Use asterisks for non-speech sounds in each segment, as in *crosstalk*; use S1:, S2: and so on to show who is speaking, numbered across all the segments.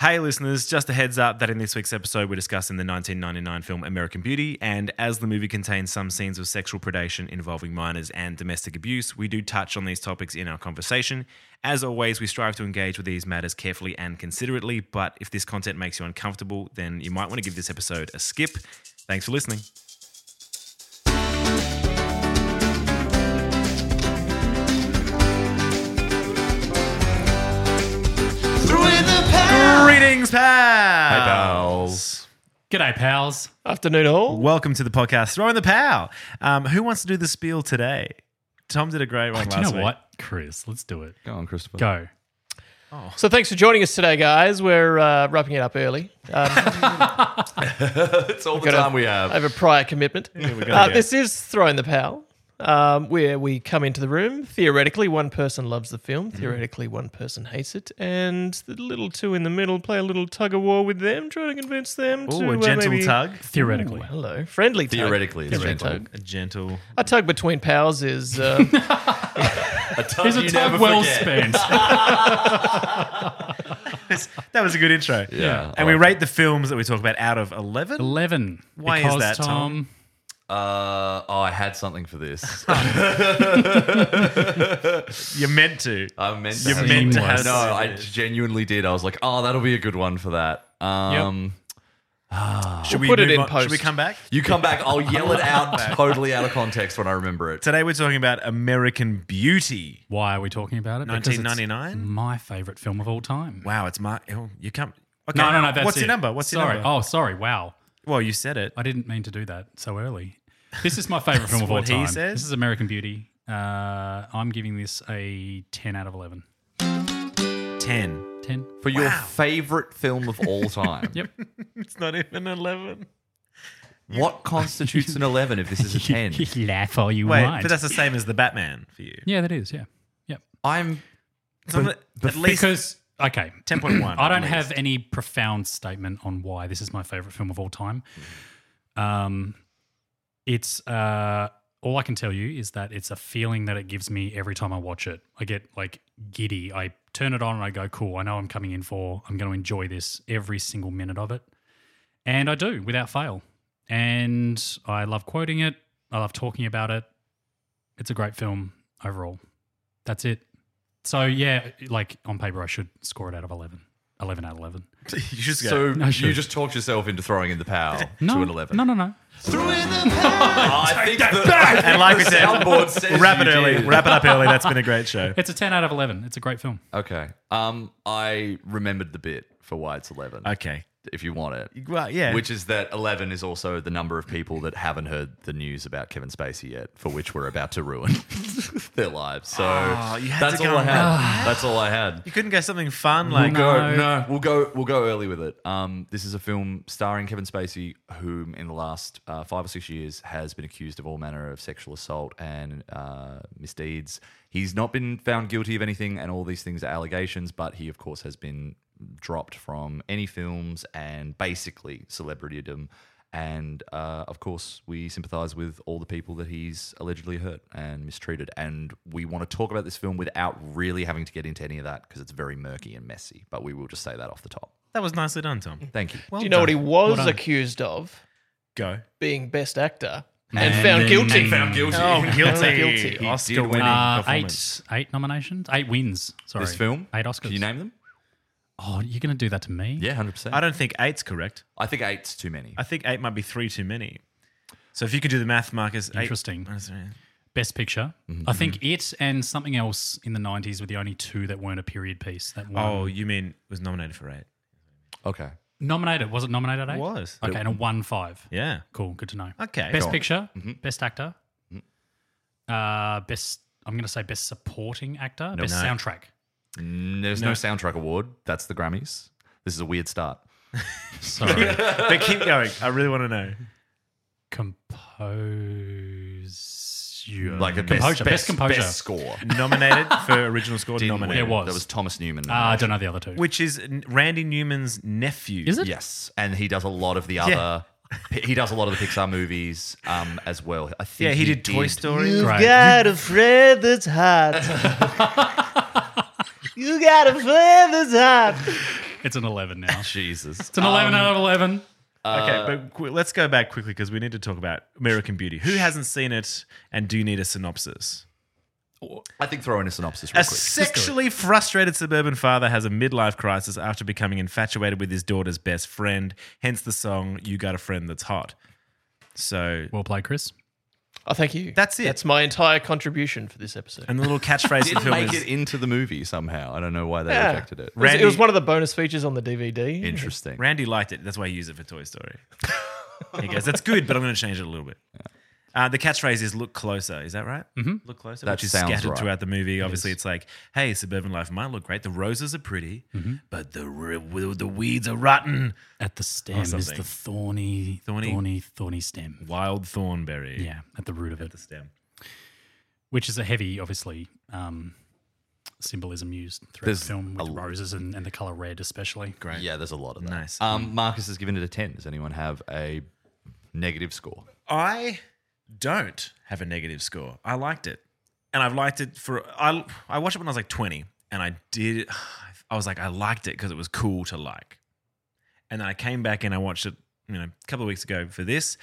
S1: Hey, listeners, just a heads up that in this week's episode, we're discussing the 1999 film American Beauty. And as the movie contains some scenes of sexual predation involving minors and domestic abuse, we do touch on these topics in our conversation. As always, we strive to engage with these matters carefully and considerately. But if this content makes you uncomfortable, then you might want to give this episode a skip. Thanks for listening. Greetings, pals.
S2: Hey, pals.
S3: G'day, pals.
S2: Afternoon all.
S1: Welcome to the podcast, Throwing the Pow. Um, who wants to do the spiel today? Tom did a great one
S3: Do
S1: last
S3: you know
S1: week.
S3: what, Chris? Let's do it.
S2: Go on, Christopher.
S3: Go.
S4: So thanks for joining us today, guys. We're uh, wrapping it up early. Um,
S2: That's all the
S4: gotta-
S2: time we have.
S4: I have a prior commitment.
S1: gotta
S4: uh,
S1: go.
S4: This is throwing the Pal, um, where we come into the room. Theoretically, one person loves the film.
S1: Mm-hmm.
S4: Theoretically, one person hates it, and the little two in the middle play a little tug of war with them, trying to convince them to
S1: Ooh, a
S4: uh,
S1: gentle
S4: maybe- Oh,
S1: tug.
S3: Theoretically.
S4: Hello, friendly. tug.
S2: Theoretically, it's
S4: Friendly
S2: gentle.
S4: tug.
S1: A gentle.
S4: A tug between pals
S1: *laughs*
S4: is uh,
S2: A time
S3: Here's a time well spent.
S1: *laughs* That was a good intro.
S2: Yeah.
S1: And we rate the films that we talk about out of 11.
S3: 11.
S1: Why is
S3: because
S1: that, Tom?
S2: Uh, oh, I had something
S1: *laughs*
S2: for this.
S1: You're meant to.
S4: Uh,
S2: I meant to
S1: You're
S2: have-
S1: meant to
S3: Seamless.
S1: have.
S2: No, I genuinely did. I was like, oh, that'll be a good one for that. Um,
S1: should
S4: We'll put it
S1: move
S4: in
S1: on- Should we
S4: post.
S1: come back?
S2: You come back, I'll yell
S1: *laughs*
S2: it out totally out of context when I remember it.
S1: Today we're talking about American Beauty.
S3: Why are we talking about it? Because it's
S1: 1999?
S3: My favorite film of all time.
S1: Wow, it's Mark. Oh, you can't. Okay.
S3: No, no, no. That's
S1: What's
S3: it.
S1: your number? What's
S3: sorry.
S1: your number?
S3: Oh, sorry. Wow.
S1: Well, you said it.
S3: I didn't mean to do that so early. This is
S1: *laughs*
S3: my favorite film of all
S1: what he
S3: time.
S1: says.
S3: This is American Beauty. Uh, I'm giving this a 10 out of 11.
S1: 10.
S3: *laughs* 10?
S2: For your favorite film of
S1: *laughs*
S2: all time.
S3: Yep.
S1: It's not even 11.
S2: What constitutes an 11 if
S1: *laughs*
S2: this is a 10?
S3: *laughs* Laugh all you
S1: Wait,
S3: want.
S1: but that's the same as the Batman for you.
S3: yeah, that is. Yeah. Yep.
S2: I'm.
S1: It's not- at least
S3: Because, okay.
S1: 10.1.
S3: *clears throat* I
S1: at
S3: don't
S1: least.
S3: have any profound statement on why this is my favorite film of all time. Um, it's uh, all I can tell you is that it's a feeling that it gives me every time I watch it. I get like giddy. I turn it on and I go, "Cool! I know I'm coming in for. I'm going to enjoy this every single minute of it," and I do without fail. And I love quoting it. I love talking about it. It's a great film overall. That's it. So yeah, like on paper, I should score it out of 11. 11 out of 11.
S1: You just go.
S2: So
S3: No, sure.
S2: you just talked yourself into throwing in the power
S3: No,
S2: to an 11. *laughs*
S3: no, no, no.
S2: I think the, *laughs* I
S1: and like we
S2: think the
S1: said,
S2: soundboard says
S1: we'll wrap it
S2: you
S1: early.
S2: did.
S1: We'll wrap it up early. That's been a
S3: *laughs*
S1: great show.
S3: It's a 10 out of 11. It's a great film.
S2: Okay. Um, I remembered the bit for why it's 11,
S1: Okay.
S2: if you want it.
S1: Well, yeah.
S2: Which is that 11 is also the number of people that haven't heard the news about Kevin Spacey yet, for which we're about to ruin *laughs* their lives. So
S1: Ah, you had
S2: that's
S1: to go
S2: all I
S1: on
S2: had. that's all I had.
S1: you couldn't go something fun like
S3: No.
S2: Go, no, we'll go. We'll go early with it. Um, this is a film starring Kevin Spacey, whom in the last uh, five or six years has been accused of all manner of sexual assault and uh, misdeeds. He's not been found guilty of anything, and all these things are allegations. But he, of course, has been dropped from any films and basically celebritydom. And uh, of course, we sympathise with all the people that he's allegedly hurt and mistreated. And we want to talk about this film without really having to get into any of that because it's very murky and messy. But we will just say that off the top.
S1: that was nicely done, Tom.
S2: Thank you.
S1: Well
S4: do you know what he
S1: done.
S4: was
S3: done.
S4: accused of?
S1: go?
S4: Being best actor and,
S3: And
S4: found
S3: then-
S4: guilty.
S3: And found
S4: *laughs*
S2: guilty.
S1: *laughs* Oh, guilty.
S4: Guilty. He
S1: Oscar
S2: did win.
S1: winning
S3: Uh,
S1: performance.
S3: eight, eight nominations, eight wins. Sorry.
S2: This film?
S3: Eight Oscars.
S2: Can you name them?
S3: Oh, you're going to do that to me?
S2: Yeah, hundred
S1: I
S2: percent.
S1: don't think eight's correct.
S2: I think eight's too many.
S1: I think eight might be three too many. So if you could do the math, Marcus. eight-
S3: Interesting.
S1: Oh, sorry.
S3: Best picture. I think it and something else in the 90s were the only two that weren't a period piece that won.
S1: Oh, you mean was nominated for eight?
S2: Okay.
S3: Nominated. Was it nominated at eight?
S1: Was.
S3: Okay, and a 1 5.
S1: Yeah.
S3: Cool. Good to know.
S1: Okay.
S3: Best
S1: Cool.
S3: picture, best actor, uh, best, I'm going to say best supporting actor, best
S1: No.
S3: soundtrack.
S2: Mm, There's no. soundtrack award. That's the Grammys. This is a weird start.
S3: Sorry.
S1: but keep going. I really want to know.
S3: composure.
S2: Like a
S3: composure.
S2: best, best
S3: composure.
S2: Best score.
S1: Nominated for original score.
S2: Didn't win.
S1: nominated.
S3: There was.
S2: That was Thomas Newman.
S3: Uh, I don't know the other two.
S1: Which is Randy Newman's nephew.
S3: Is it?
S2: Yes, and he does a lot of the other. He does a lot of the Pixar movies um, as well. I think
S1: Yeah, he, did Toy Story.
S4: You've
S3: Great.
S4: got a friend that's hot. you got a friend that's hot.
S3: It's an 11 now. It's
S2: Jesus. Um,
S3: an 11 out of 11.
S1: Okay, but qu- let's go back quickly because we need to talk about American Beauty. Who hasn't seen it, and do you need a synopsis?
S2: I think throw in a synopsis real
S1: A
S2: quick.
S1: sexually frustrated suburban father has a midlife crisis after becoming infatuated with his daughter's best friend. Hence the song "You Got a Friend That's Hot." So,
S3: Well played, Chris.
S4: Oh, thank you.
S1: That's it.
S4: That's my entire contribution for this episode.
S1: and the
S2: *laughs*
S1: little catchphrase of the
S2: Didn't
S1: film
S2: make
S1: is
S2: it into the movie somehow. I don't know why they
S4: Yeah.
S2: rejected it.
S4: It was-
S1: Randy-
S4: it was one of the bonus features on the DVD.
S2: Interesting.
S1: Randy liked it. That's why he used it for Toy Story.
S2: *laughs*
S1: he goes, "That's good, but I'm going to change it a little bit." Uh, the catchphrase is "Look closer." Is that right? Mm-hmm. Look closer,
S2: That
S1: which is
S2: sounds
S1: scattered
S2: right.
S1: throughout the movie. Obviously, it's like, "Hey, suburban life might look great. The roses are pretty,
S2: Mm-hmm.
S1: but the re- w- the weeds are rotten.
S3: At the stem is
S1: something.
S3: the thorny,
S1: Thorny.
S3: thorny, thorny, stem.
S1: Wild thornberry.
S3: Yeah, at the root of it,
S1: the stem.
S3: which is a heavy, obviously, um, symbolism used throughout
S2: There's
S3: the film with
S2: a-
S3: roses and, and the color red, especially.
S1: Great.
S2: Yeah, there's a lot of that.
S1: Nice.
S2: Um, Marcus has given it a 10. Does anyone have a negative score?
S1: I don't have a negative score. I liked it, and I've liked it for I I watched it when I was like twenty, and I did. I was like, I liked it because it was cool to like, and then I came back and I watched it, you know, a couple of weeks ago for this,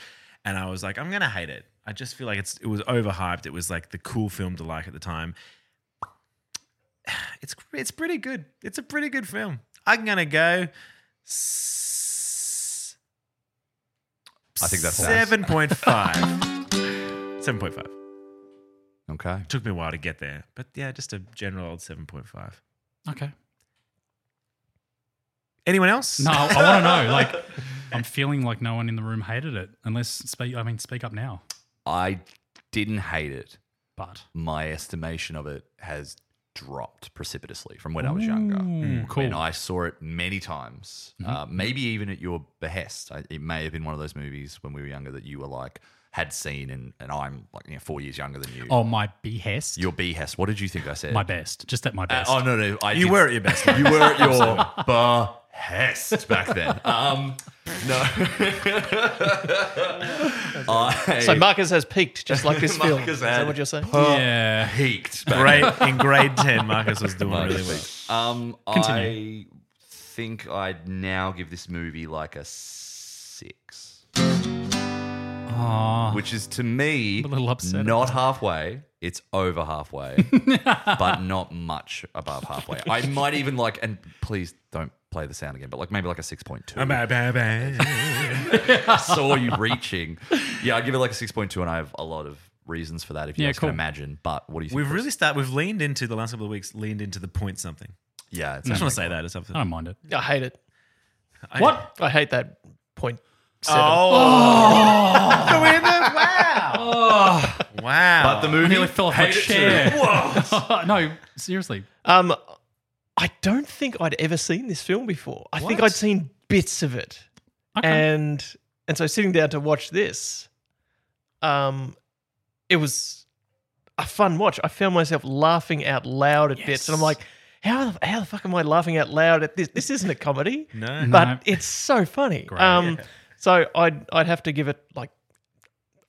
S1: and I was like, I'm gonna hate it. I just feel like it's it was overhyped. It was like the cool film to like at the time. *sighs* It's it's pretty good. It's a pretty good film. I'm gonna go. s-
S2: I think that's nice.
S1: seven point five. *laughs* Seven point five.
S2: Okay.
S1: Took me a while to get there, but yeah, just a general old seven point five.
S3: Okay.
S1: Anyone else?
S3: No, I want to know. Like, I'm feeling like no one in the room hated it, unless speak. I mean, speak up now.
S2: I didn't hate it.
S3: But
S2: My estimation of it has dropped precipitously from when I was younger.
S3: Ooh, cool.
S2: And I saw it many times,
S1: Mm-hmm.
S2: uh, maybe even at your behest. I, it may have been one of those movies when we were younger that you were like, had seen, and, and I'm like you know, four years younger than you.
S3: oh, my behest.
S2: Your behest. What did you think I said?
S3: my best. Just at my
S2: Uh,
S3: best.
S2: oh no no! I
S1: You
S2: did-
S1: were at your best,
S2: *laughs* You were at your behest back then. Um, no. *laughs* I
S4: So Marcus has peaked just
S1: *laughs*
S4: like this film.
S2: Marcus
S4: Is that
S2: had
S4: what you're saying?
S3: yeah.
S2: peaked back
S1: Great in grade ten, Marcus was doing
S2: Marcus
S1: really well.
S2: Um,
S3: Continue.
S2: I think I'd now give this movie like a six, oh.
S3: Aw.
S2: which is to me
S3: a little upset
S2: not halfway. It's over halfway,
S3: *laughs*
S2: but not much above halfway. I might even like, and please don't play the sound again, but like maybe like a six point two. saw you reaching. Yeah, I give it like a six point two, and I have a lot of reasons for that if you
S3: Yeah,
S2: guys
S3: cool.
S2: can imagine. But what do you think?
S1: We've
S2: Chris?
S1: really started. We've leaned into the last couple of weeks. Leaned into the point something.
S2: yeah, it's
S1: I just want to
S2: actually-
S1: say that or something.
S3: I don't mind it.
S4: I hate it.
S1: What?
S4: I hate that point. Seven.
S1: Oh, Go in there? Wow!
S3: Oh.
S1: Wow!
S2: But the movie
S3: nearly fell off my
S2: Hate it too.
S3: chair.
S2: *laughs*
S3: no, seriously.
S4: Um, I don't think I'd ever seen this film before. I think
S1: What?
S4: I'd seen bits of it,
S3: Okay.
S4: and and so sitting down to watch this, um, it was a fun watch. I found myself laughing out loud at bits, and I'm like, how the, how the fuck am I laughing out loud at this? This isn't
S3: *laughs*
S4: a comedy,
S1: no.
S4: but
S3: No.
S4: it's so funny.
S3: Great.
S4: Um, so I'd I'd have to give it like,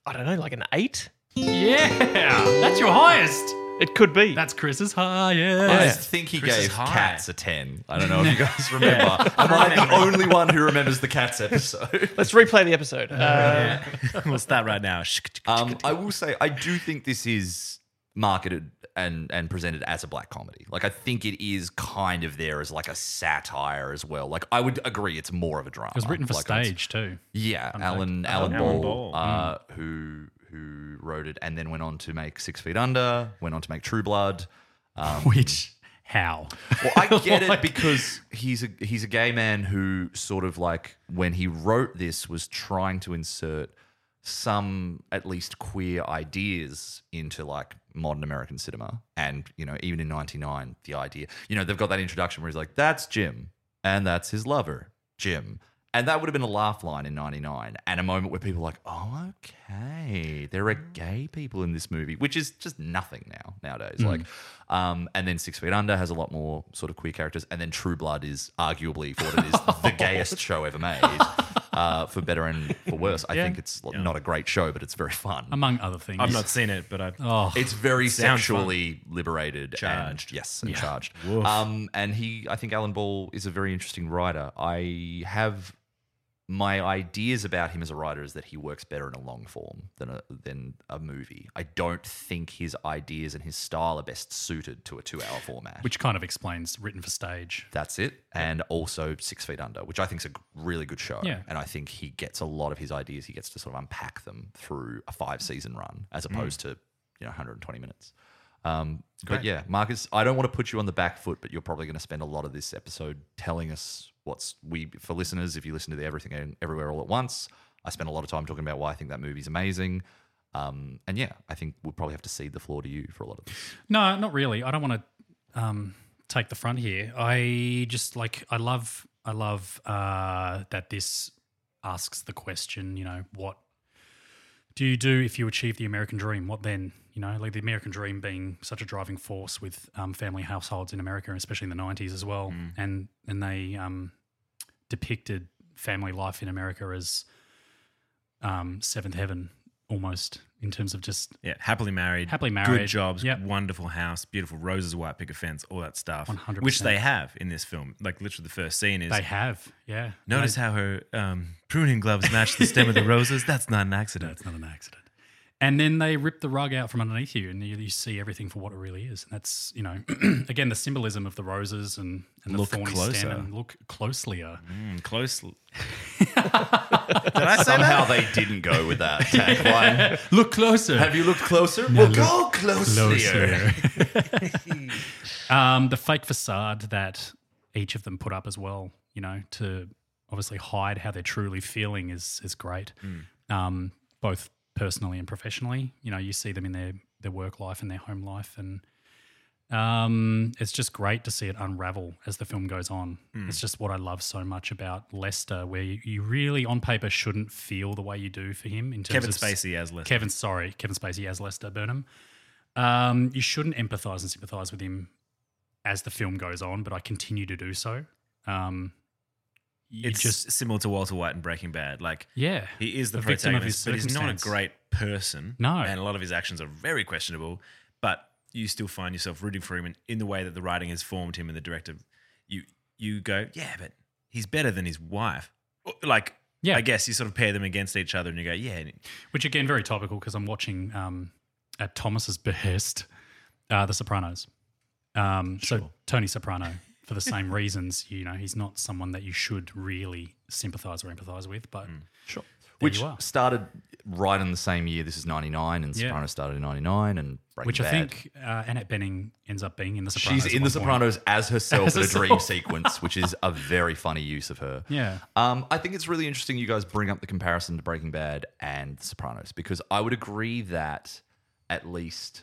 S4: I don't know, like an eight.
S3: yeah. That's your highest.
S4: It could be.
S3: That's Chris's
S2: I
S3: highest.
S2: think he
S1: Chris is
S2: gave
S1: high.
S2: cats a ten. I don't know if you *laughs* guys remember. Am I the only one who remembers the cats episode?
S4: Let's replay
S3: *laughs*
S4: the episode. Uh,
S1: *laughs* we'll start right now.
S2: Um, I will say I do think this is marketed and and presented as a black comedy. Like I think it is kind of there as like a satire as well. Like I would agree, it's more of a drama.
S3: It was written for
S2: Like, it's-
S3: stage too.
S2: Yeah, Alan Alan
S1: Alan
S2: Ball,
S1: Ball.
S3: Mm.
S2: Uh, who who wrote it and then went on to make Six Feet Under, went on to make True Blood.
S3: Which how?
S2: Well,
S3: *laughs*
S2: I get it
S3: Like-
S2: because he's a he's a gay man who sort of like when he wrote this was trying to insert some at least queer ideas into like modern American cinema. And, you know, even in 99, the idea, you know, they've got that introduction where he's like, that's Jim and that's his lover, Jim. And that would have been a laugh line in 99 and a moment where people are like, oh, okay, there are gay people in this movie, which is just nothing now, nowadays. Like, um, and then Six Feet Under has a lot more sort of queer characters. And then True Blood is arguably, for what it is, the gayest show ever made uh, for better and for worse. I
S3: Yeah.
S2: think it's l- not a great show, but it's very fun.
S3: among other things.
S1: I've not seen it, but I.
S3: Oh,
S2: it's very
S1: Um, Sounds fun.
S2: sexually liberated,
S1: Charged.
S2: and, yes, and charged. Um, and he, I think Alan Ball is a very interesting writer. I have my ideas about him as a writer is that he works better in a long form than a, than a movie. I don't think his ideas and his style are best suited to a two hour format.
S3: which kind of explains written for stage.
S2: That's it. And also Six Feet Under, which I think is a g- really good show.
S3: Yeah.
S2: And I think he gets a lot of his ideas. He gets to sort of unpack them through a five season run
S1: Mm.
S2: as opposed to, you know, 120 minutes. Um, but yeah, Marcus, I don't want to put you on the back foot, but you're probably going to spend a lot of this episode telling us what's we, for listeners, if you listen to the Everything and Everywhere All at Once, I spent a lot of time talking about why I think that movie's amazing. Um, and yeah, I think we'll probably have to cede the floor to you for a lot of this.
S3: No, not really. I don't want to um, take the front here. I just like I love I love uh, that this asks the question. You know, what do you do if you achieve the American dream? What then? You know, like the American dream being such a driving force with um, family households in America, especially in the '90s as well, and and they um, depicted family life in America as um, seventh heaven almost in terms of just
S1: Yeah, happily married,
S3: Happily
S1: good
S3: married,
S1: jobs,
S3: yep.
S1: wonderful house, beautiful roses, white picket fence, all that stuff,
S3: 100%.
S1: which they have in this film. Like literally, the first scene is
S3: they have, yeah.
S1: notice how her um, pruning gloves match the stem of *laughs* the roses. That's not an accident.
S3: That's not an accident. And then they rip the rug out from underneath you, and you, you see everything for what it really is. And that's you know, *clears throat* again, the symbolism of the roses and, and the
S1: Look
S3: thorny
S1: closer.
S3: stem, and look closelier.
S1: Mm, close. Did
S2: *laughs*
S1: I say
S2: Somehow
S1: that?
S2: they didn't go with
S1: *laughs*
S2: that tagline.
S3: Look closer.
S2: Have you looked closer? well,
S3: look
S2: go closer.
S3: *laughs* um, the fake facade that each of them put up as well, you know, to obviously hide how they're truly feeling is is great,
S1: Mm.
S3: um, both personally and professionally. You know, you see them in their their work life and their home life, and um, it's just great to see it unravel as the film goes on.
S1: Mm.
S3: It's just what I love so much about Lester, where you, you really, on paper, shouldn't feel the way you do for him in terms
S1: Kevin
S3: of s-
S1: Spacey as Lester.
S3: Kevin, sorry, Kevin Spacey as Lester Burnham. Um, you shouldn't empathise and sympathise with him as the film goes on, but I continue to do so. Um, you
S1: It's
S3: just
S1: just similar to Walter White in Breaking Bad. Like
S3: yeah,
S1: He is the
S3: A victim of his
S1: protagonist, but he's not a
S3: circumstance.
S1: great person.
S3: No.
S1: And a lot of his actions are very questionable, but you still find yourself rooting for him in, in the way that the writing has formed him and the director. You you go, yeah, but he's better than his wife. Like,
S3: Yeah.
S1: I guess you sort of pair them against each other and you go, yeah,
S3: which again very topical because I'm watching um, at Thomas's *laughs* behest, uh, The Sopranos. Um, So Tony Soprano, for
S2: *laughs*
S3: the same reasons, you know, he's not someone that you should really sympathise or empathise with, but
S2: Sure.
S3: There
S2: Which
S3: you are.
S2: started right in the same year. This is 99, and
S3: Yeah.
S2: Sopranos started in 99, and Breaking
S3: which I
S2: Bad.
S3: think uh, Annette Benning ends up being in The Sopranos.
S2: She's
S3: at
S2: in The
S3: one point.
S2: Sopranos as herself
S3: As
S2: in a dream
S3: herself.
S2: sequence, which is a very funny use of her.
S3: Yeah.
S2: Um, I think it's really interesting you guys bring up the comparison to Breaking Bad and The Sopranos because I would agree that at least,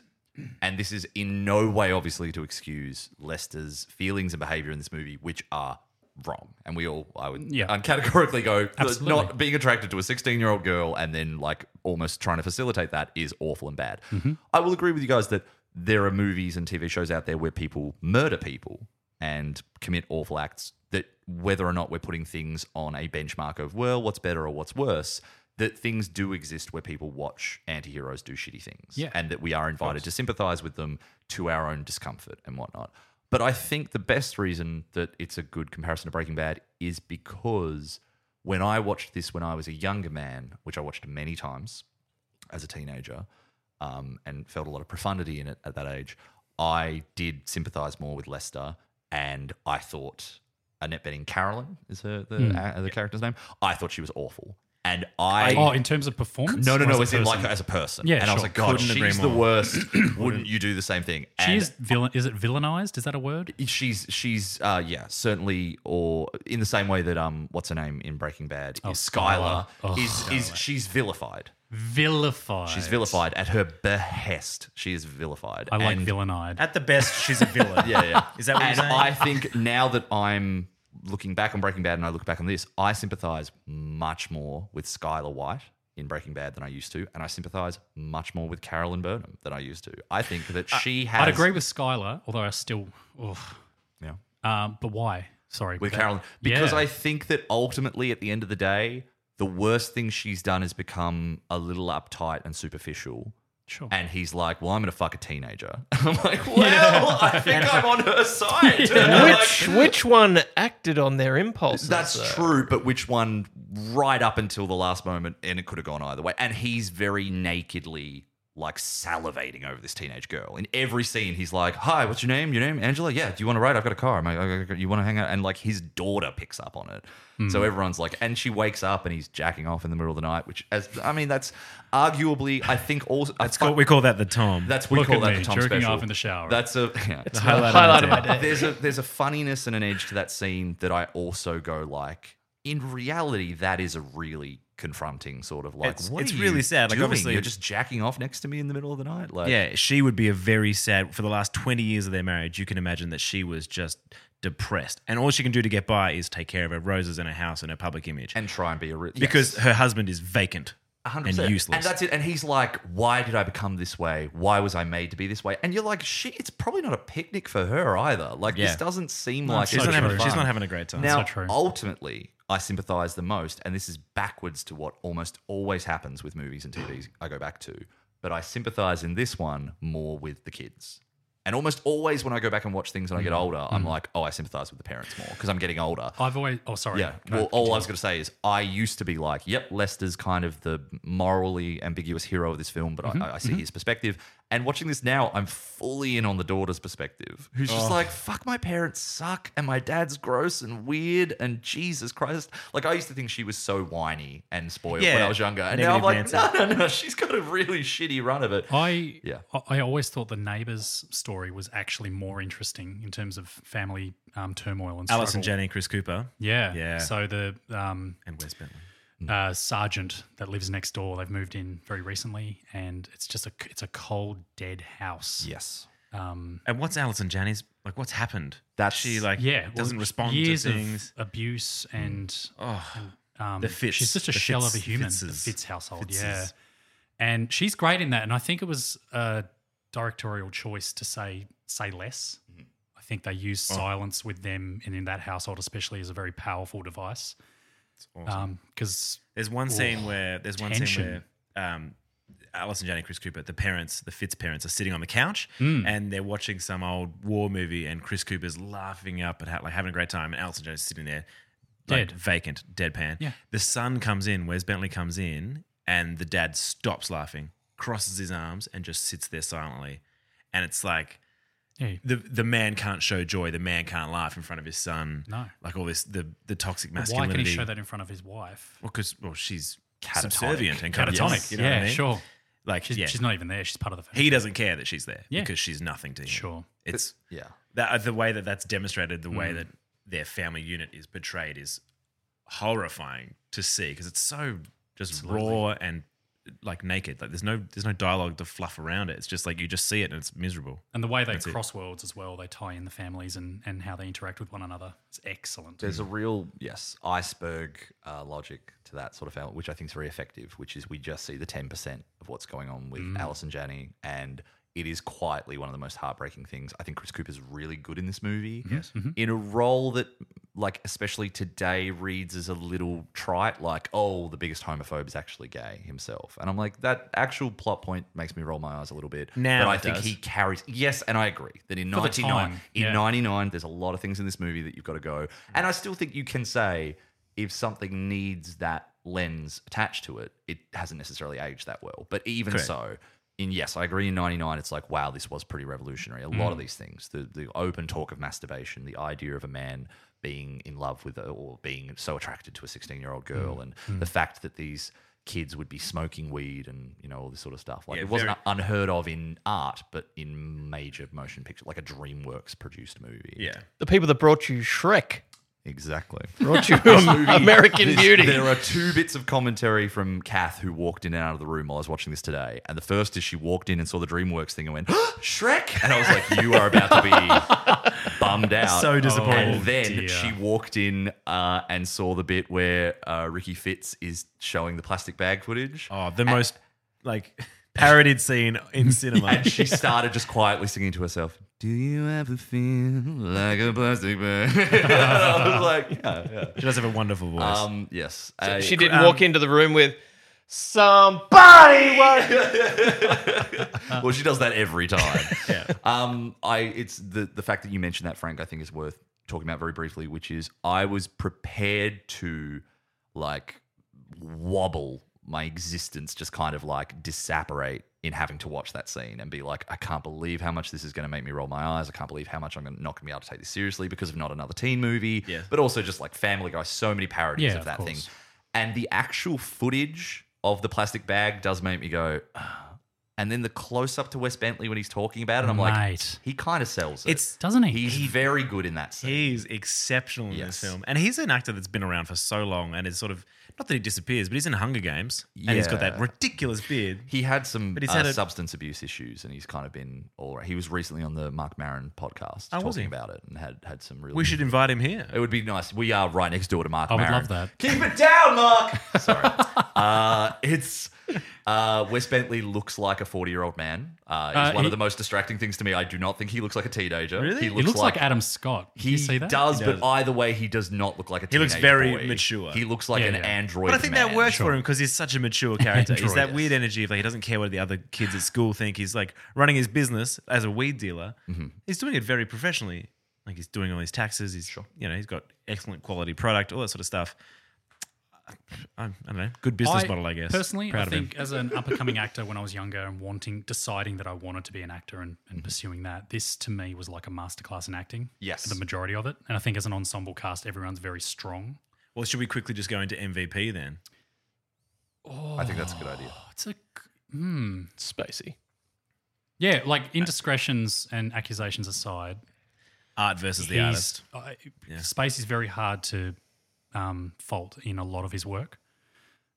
S2: and this is in no way obviously to excuse Lester's feelings and behavior in this movie, which are wrong. And we all, I would
S3: Yeah.
S2: yeah. uh, categorically go,
S3: Absolutely.
S2: not being attracted to a 16 year old girl and then like almost trying to facilitate that is awful and bad.
S3: Mm-hmm.
S2: I will agree with you guys that there are movies and TV shows out there where people murder people and commit awful acts that whether or not we're putting things on a benchmark of, well, what's better or what's worse, that things do exist where people watch anti heroes do shitty things.
S3: Yeah.
S2: And that we are invited to sympathize with them to our own discomfort and whatnot. But I think the best reason that it's a good comparison to Breaking Bad is because when I watched this when I was a younger man, which I watched many times as a teenager, um, and felt a lot of profundity in it at that age, I did sympathise more with Lester, and I thought Annette Benning Carolyn is her the, uh, the character's name. I thought she was awful, and I
S3: Oh, in terms of performance?
S2: no, no,
S3: Or as
S2: no.
S3: a
S2: As in, like,
S3: person?
S2: as a person.
S3: Yeah,
S2: and I was
S3: sure.
S2: like, God,
S1: Couldn't agree
S2: she's the
S1: more.
S2: worst. Wouldn't you do the same thing? And
S3: She is villain. Is it villainized? Is that a word?
S2: She's she's uh yeah certainly or in the same way that um what's her name in Breaking Bad is Skylar
S3: Skylar. Oh,
S2: is is she's vilified
S3: Vilified.
S2: she's vilified at her behest she is vilified
S3: I like
S2: And-
S3: villainized.
S1: at the best, she's a *laughs* villain.
S2: yeah yeah
S1: Is that what
S2: *laughs* and
S1: you're saying?
S2: I think now that I'm looking back on Breaking Bad and I look back on this I sympathize much more with Skylar White in Breaking Bad than I used to and I sympathize much more with Carolyn Burnham than I used to I think that she has
S3: I'd agree with Skylar, although I still. oof.
S2: yeah
S3: Um, but why? Sorry.
S2: with
S3: but-
S2: Carolyn because
S3: Yeah.
S2: I think that ultimately at the end of the day, the worst thing she's done is become a little uptight and superficial.
S3: Sure.
S2: And he's like, "Well, I'm gonna fuck a teenager." *laughs* I'm like, "Well, I think I'm on her side." *laughs*
S4: Uh, Which which one acted on their impulses? uh,
S2: That's
S4: though?
S2: true, but which one right up until the last moment and it could have gone either way. And he's very nakedly like salivating over this teenage girl. In every scene, he's like, Hi, what's your name? Your name? Angela? Yeah, do you want to ride? I've got a car. I'm like, "Okay, okay, you want to hang out? And like his daughter picks up on it. So everyone's like, and she wakes up and he's jacking off in the middle of the night, which as I mean, that's arguably, I think also that's,
S1: Call- we call that the Tom.
S2: that's we
S3: Look
S2: call
S3: at
S2: that
S3: me,
S2: the Tom
S3: jerking
S2: special.
S3: off in the shower.
S2: That's a *laughs* yeah.
S4: It's the
S1: Highlight
S4: highlight,
S1: of my
S4: of my
S1: day.
S4: day.
S2: there's a there's a funniness and an edge to that scene that I also go like. In reality, that is a really confronting sort of like.
S1: It's-
S2: what
S1: it's
S2: are
S1: really
S2: you
S1: sad. Like,
S2: doing?
S1: obviously-
S2: you're just jacking off next to me in the middle of the night. Like,
S1: yeah, she would be a very sad. For the last 20 years of their marriage, you can imagine that she was just depressed. And all she can do to get by is take care of her roses and her house and her public image.
S2: and try and be a ri-
S1: because her husband is vacant.
S2: 100%.
S1: and useless.
S2: And that's it. And he's like, "Why did I become this way? Why was I made to be this way?" And you're like, "Shit, it's probably not a picnic for her either. Like,
S1: Yeah.
S2: this doesn't seem like
S1: She's,
S2: it's
S1: not
S2: having
S1: having, she's
S2: fun.
S1: not having a great time.
S2: Now,
S3: so true.
S2: ultimately, I sympathize the most, and this is backwards to what almost always happens with movies and TVs I go back to, but I sympathize in this one more with the kids. And almost always when I go back and watch things when I
S3: Mm.
S2: get older, I'm like, oh, I sympathize with the parents more because I'm getting older.
S3: I've always. Oh, sorry.
S2: Yeah.
S3: Can I
S2: Well, all I was going to say is I used to be like, yep, Lester's kind of the morally ambiguous hero of this film, but
S1: Mm-hmm.
S2: I, I see his perspective. And watching this now, I'm fully in on the daughter's perspective, who's just like, fuck, my parents suck, and my dad's gross and weird, and Jesus Christ. Like, I used to think she was so whiny and spoiled when
S1: Yeah.
S2: I was younger. And now I'm like,
S1: Negative
S2: no, no, no, she's got a really shitty run of it.
S3: I
S2: Yeah.
S3: I- I always thought the neighbors' story was actually more interesting in terms of family um, turmoil and
S1: Alice and
S3: struggle.
S1: Jenny, Chris Cooper,
S3: Yeah,
S1: Yeah.
S3: So the um,
S1: and Wes Bentley.
S2: Mm.
S3: uh, sergeant that lives next door, they've moved in very recently, and it's just a it's a cold, dead house.
S2: Yes.
S3: Um,
S1: And what's Alice and Jenny's like? What's happened?
S2: That's-
S1: she like
S3: yeah. well,
S1: doesn't respond to
S3: years of
S1: things.
S3: abuse and
S1: oh,
S3: um,
S1: The Fitz-
S3: she's just a
S1: the
S3: shell
S1: Fitz-
S3: of a human. The
S1: Fitzes.
S3: Fitz household, yeah.
S1: Fitzes.
S3: And she's great in that. And I think it was a directorial choice to say say less.
S1: Mm-hmm.
S3: I think they used silence with them, and in that household especially, is a very powerful device. Um,
S1: it's awesome.
S3: Because
S1: There's one scene where there's one scene
S3: tension.
S1: where um, Alice and Johnny Chris Cooper, the parents, the Fitz parents, are sitting on the couch
S3: Hmm.
S1: and they're watching some old war movie, and Chris Cooper's laughing up and ha- like having a great time, and Alice and Johnny's sitting there, like,
S3: Dead.
S1: vacant, deadpan.
S3: Yeah.
S1: The son comes in, Wes Bentley comes in, and the dad stops laughing, crosses his arms, and just sits there silently, and it's like
S3: yeah,
S1: the the man can't show joy, the man can't laugh in front of his son.
S3: No.
S1: like all this the the toxic
S3: why
S1: masculinity.
S3: can he show that in front of his wife?
S1: Well, because well, she's
S2: Catatonic.
S1: subservient and catatonic.
S3: Catatonic,
S1: You know
S3: yeah,
S1: what I mean?
S3: sure.
S1: Like,
S3: She's,
S1: yeah,
S3: she's not even there. She's part of the family.
S1: he doesn't care that she's there
S3: Yeah.
S1: because she's nothing to him.
S3: Sure.
S1: it's
S2: Yeah.
S1: that uh, the way that that's demonstrated, the way that their family unit is portrayed is horrifying to see because it's so just raw and like naked. Like, there's no there's no dialogue to fluff around it. It's just like you just see it and it's miserable.
S3: And the way they
S1: That's it.
S3: cross worlds as well, they tie in the families and, and how they interact with one another. It's excellent.
S2: There's
S1: Hmm.
S2: a real yes iceberg uh, logic to that sort of film, which I think is very effective. Which is we just see the ten percent of what's going on with
S1: Hmm.
S2: Alice and Janney, and it is quietly one of the most heartbreaking things. I think Chris Cooper's really good in this movie. Yes,
S1: Mm-hmm.
S2: in a role that, like, especially today, reads as a little trite, like, "Oh, the biggest homophobe is actually gay himself," and I'm like, that actual plot point makes me roll my eyes a little bit.
S1: Now
S2: but I
S1: it
S2: think
S1: does.
S2: he carries. Yes, and I agree that in
S3: For the
S2: 99
S3: time,
S2: in
S3: yeah.
S2: 99 there's a lot of things in this movie that you've got to go and i still think you can say if something needs that lens attached to it it hasn't necessarily aged that well but even
S1: Correct.
S2: so in yes i agree in 99 it's like wow this was pretty revolutionary a lot
S3: Mm.
S2: of these things the, the open talk of masturbation the idea of a man being in love with or being so attracted to a 16 year old girl
S3: Mm.
S2: and the fact that these kids would be smoking weed and you know all this sort of stuff like
S1: Yeah,
S2: it wasn't
S1: very-
S2: unheard of in art, but in major motion picture, like a DreamWorks produced movie.
S1: Yeah,
S4: The people that brought you Shrek
S2: exactly.
S3: *laughs*
S4: brought you
S2: *laughs*
S4: American Beauty.
S2: There are two bits of commentary from Kath who walked in and out of the room while I was watching this today. And the first is she walked in and saw the DreamWorks thing and went, Shrek. And I was like, you are about to be
S1: *laughs*
S2: bummed out.
S1: So disappointed. Oh,
S2: And then
S3: dear.
S2: she walked in uh, and saw the bit where uh, Ricky Fitz is showing the plastic bag footage.
S1: oh, the most like parodied scene in cinema.
S2: *laughs* And she started just quietly singing to herself, Do you ever feel like a plastic bag? *laughs* I was like, yeah, yeah.
S1: She does have a wonderful voice.
S2: Um, yes. I-
S4: She didn't walk into the room with somebody. was-"
S2: well, she does that every time.
S1: Yeah.
S2: Um, I it's the the fact that you mentioned that, Frank, I think is worth talking about very briefly, which is I was prepared to like wobble my existence, just kind of like disapparate in having to watch that scene and be like, I can't believe how much this is going to make me roll my eyes. I can't believe how much I'm gonna, not going to be able to take this seriously because of not another teen movie,
S1: Yes.
S2: but also just like Family Guy, so many parodies
S3: Yeah,
S2: of
S3: of
S2: that thing.
S3: course.
S2: And the actual footage of the plastic bag does make me go, "Ah." and then the close up to Wes Bentley when he's talking about it, I'm like,
S3: Mate.
S2: he kind of sells it.
S1: It's-
S3: Doesn't he?
S2: he's very good in that scene.
S1: He's exceptional in
S2: Yes.
S1: this film. And he's an actor that's been around for so long and is sort of not that he disappears, but he's in Hunger Games and he's got that
S2: Yeah.
S1: ridiculous beard.
S2: He had some
S1: But he's
S2: uh,
S1: had a-
S2: substance abuse issues, and he's kind of been all right. He was recently on the Mark Maron podcast
S1: Oh,
S2: talking
S1: was he?
S2: about it, and had had some really.
S1: We should invite him here.
S2: It would be nice. We are right next door to Mark.
S3: I would
S2: Maron.
S3: love that.
S2: Keep it down, Mark. *laughs* Sorry. uh, it's uh, Wes Bentley looks like a forty-year-old man. Uh, is
S3: Uh,
S2: one
S3: he-
S2: of the most distracting things to me. I do not think he looks like a teenager.
S1: Really?
S2: He
S1: He
S2: looks,
S3: He looks like,
S2: like
S3: Adam Scott. Did
S2: He
S3: you see that?
S2: does,
S1: He does.
S2: but either way, he does not look like a.
S1: He looks
S2: teenage
S1: very
S2: boy.
S1: mature.
S2: He looks like
S3: Yeah,
S2: an
S3: yeah.
S2: android.
S1: But I think that
S2: man.
S1: works for him because he's such a mature character. He's
S3: Android,
S1: that
S2: yes.
S1: weird energy of like he doesn't care what the other kids at school think. He's like running his business as a weed dealer. He's doing it very professionally. Like he's doing all his taxes. He's you know he's got excellent quality product, all that sort of stuff. I, I don't know. Good business
S3: I-
S1: model, I guess.
S3: Personally,
S1: Proud
S3: I
S1: of him.
S3: think as an up and coming actor when I was younger and wanting, deciding that I wanted to be an actor and, and
S1: Mm-hmm.
S3: pursuing that, this to me was like a masterclass in acting.
S2: Yes.
S3: The majority of it. And I think as an ensemble cast, everyone's very strong.
S1: Well, should we quickly just go into MVP then?
S3: Oh,
S2: I think that's a good idea.
S3: It's a. Hmm.
S4: Spacey.
S3: Yeah, like indiscretions and accusations aside,
S1: Art versus the
S3: he's-
S1: artist.
S3: I-
S1: Yeah.
S3: Space is very hard to um, fault in a lot of his work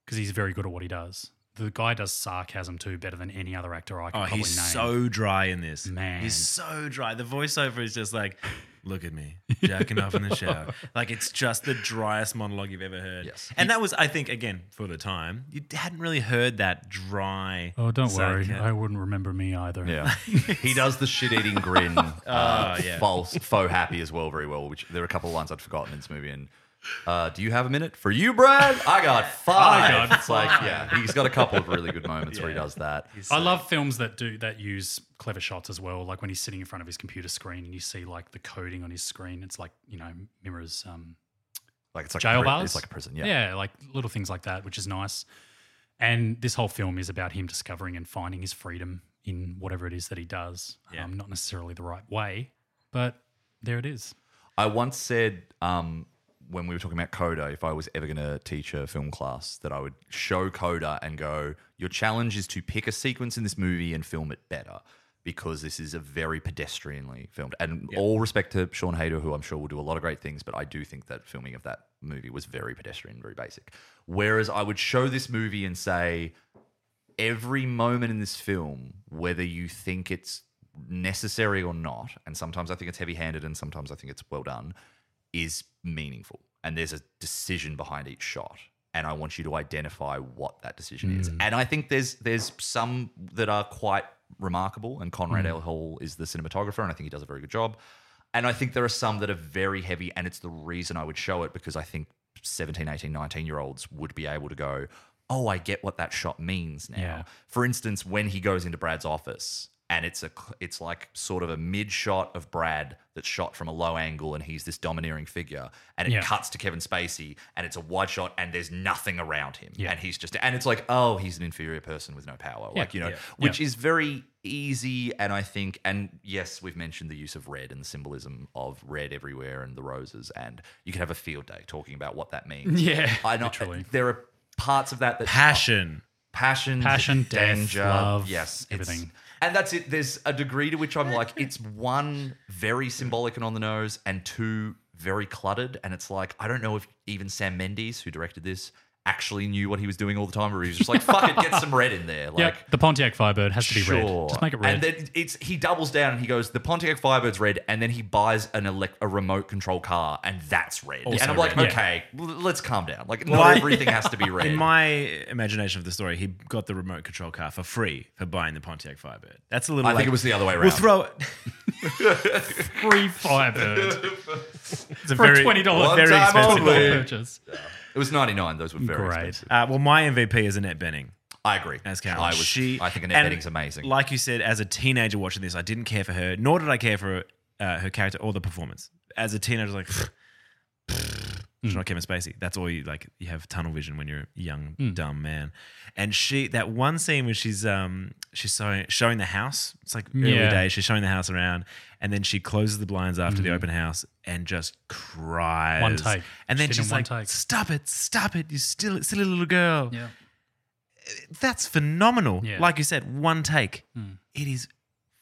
S3: because he's very good at what he does. The guy does sarcasm too better than any other actor I can
S1: Oh,
S3: probably
S1: he's
S3: name.
S1: so dry in this.
S3: Man.
S1: He's so dry. The voiceover is just like, look at
S3: *laughs*
S1: me, jacking off in the shower. Like, it's just the driest monologue you've ever heard.
S2: Yes.
S1: And that was, I think, again, for the time, you hadn't really heard that dry.
S3: Oh, don't worry.
S1: sarcasm.
S3: I wouldn't remember me either.
S2: Yeah,
S1: *laughs*
S2: he does the shit-eating grin, uh,
S1: Oh, yeah.
S2: false, faux happy as well, very well. Which there are a couple of lines I'd forgotten in this movie. And uh, do you have a minute for you, Brad? I
S3: *laughs* Oh,
S2: got five.
S3: I got
S2: it's like yeah, he's got a couple of really good moments where he does that.
S3: I love films that do that use clever shots as well. Like when he's sitting in front of his computer screen and you see like the coding on his screen. It's like you know mirrors. Um,
S2: Like it's like
S3: Jail
S2: a, pri-
S3: bars?
S2: It's like a prison.
S3: yeah.
S2: Yeah,
S3: like little things like that, which is nice. And this whole film is about him discovering and finding his freedom in whatever it is that he does.
S1: Yeah.
S3: Um, not necessarily the right way, but there it is.
S2: I once said um, when we were talking about Coda, if I was ever going to teach a film class, that I would show Coda and go, Your challenge is to pick a sequence in this movie and film it better because this is a very pedestrianly filmed. And all respect to Sean Hayder, who I'm sure will do a lot of great things, but I do think that filming of that movie was very pedestrian, very basic. Whereas I would show this movie and say, every moment in this film, whether you think it's necessary or not, and sometimes I think it's heavy handed and sometimes I think it's well done, is meaningful. And there's a decision behind each shot. And I want you to identify what that decision is. And I think there's there's some that are quite remarkable. And Conrad L. Hall is the cinematographer, and I think he does a very good job. And I think there are some that are very heavy, and it's the reason I would show it because I think 17, 18, 19 year olds would be able to go, Oh, I get what that shot means now.
S3: Yeah.
S2: For instance, when he goes into Brad's office and it's a cl- it's like sort of a mid shot of Brad that's shot from a low angle and he's this domineering figure and it
S3: Yeah.
S2: cuts to Kevin Spacey and it's a wide shot and there's nothing around him
S3: Yeah.
S2: and he's just and it's like oh he's an inferior person with no power like you know
S1: yeah.
S2: which is very easy and I think and yes we've mentioned the use of red and the symbolism of red everywhere and the roses and you could have a field day talking about what
S1: *laughs*
S2: that means
S3: Yeah,
S2: I know
S3: literally.
S2: there are parts of that that
S1: passion.
S2: passion,
S3: Passion, death,
S2: danger,
S3: love,
S2: yes, it's-
S3: everything.
S2: And that's it. There's a degree to which I'm like, it's one very symbolic and on the nose, and two very cluttered. And it's like I don't know if even Sam Mendes, who directed this, actually knew what he was doing all the time, or he was just like, "Fuck it, get some red in there." Like,
S3: yep, the Pontiac Firebird has to be red. Just make it red.
S2: And then it's he doubles down and he goes, the Pontiac Firebird's red, and then he buys an elect a remote control car, and that's red. and I'm like,
S3: red.
S2: okay, l- let's calm down. Like, not
S1: I-
S2: everything has to be
S1: *laughs*
S2: red.
S1: In my imagination of the story, he got the remote control car for free for buying the Pontiac Firebird. That's a little.
S2: I think
S1: like,
S2: it was the other way around.
S1: We'll throw *laughs* it.
S3: free Firebird
S1: It's a
S3: for a
S1: very
S3: twenty
S2: One
S3: dollars
S1: very
S2: time
S1: expensive
S2: only.
S1: one.
S3: purchase.
S2: it was 99. Those were very
S3: Great.
S2: expensive.
S1: Uh, well, my MVP is Annette Benning.
S2: I agree.
S1: as Carol.
S2: I was.
S1: she,
S2: I think Annette
S1: and
S2: Bedding's amazing.
S1: Like you said, as a teenager watching this, I didn't care for her, nor did I care for uh, her character or the performance. As a teenager, I was like, it's
S3: Hmm.
S1: not Kevin Spacey. That's all you like. You have tunnel vision when you're a young
S3: Hmm.
S1: dumb man. And she, that one scene where she's um she's so, showing the house. It's like early
S3: Yeah.
S1: days. She's showing the house around, and then she closes the blinds after the open house and just cries.
S3: Hmm. One take.
S1: And then
S3: She did it
S1: she's
S3: one
S1: like,
S3: take.
S1: "Stop it! Stop it! You still silly little girl."
S3: Yeah.
S1: that's phenomenal.
S3: Yeah. Hmm.
S1: Like you said, one take. It is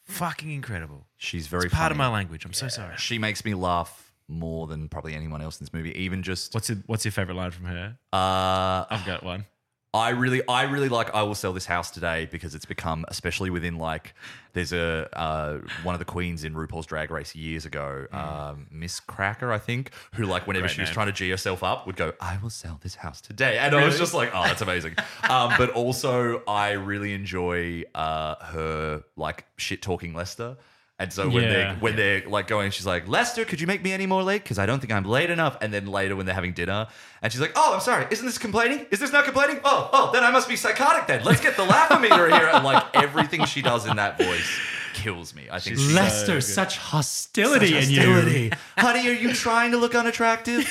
S1: fucking incredible.
S2: She's very
S1: It's part of
S2: funny.
S1: my language. I'm so sorry.
S2: She makes me laugh more than probably anyone else in this movie. Even just
S1: What's your, what's your favorite line from her?
S2: uh,
S1: I've got
S3: *sighs*
S1: one.
S2: I really, I really like. I will sell this house today because it's become, especially within like, there's a uh, one of the queens in RuPaul's Drag Race years ago, um, Miss Cracker, I think, who like whenever
S1: Hmm. Great
S2: she was
S1: name.
S2: trying to g herself up would go, "I will sell this house today," and I was just like, "Oh, that's amazing." um, but also, I really enjoy uh, her like shit talking Lester. And so when
S3: Yeah.
S2: they're when they're like going, she's like, Lester, could you make me any more late? Because I don't think I'm late enough. And then later when they're having dinner, and she's like, Oh, I'm sorry, isn't this complaining? Is this not complaining? Oh, oh, then I must be psychotic then. Let's get the laughometer here. And like everything she does in that voice kills me. I think
S1: She's
S2: she's
S1: Lester, good.
S3: such hostility *laughs*
S2: hostility. Honey, are you trying to look unattractive?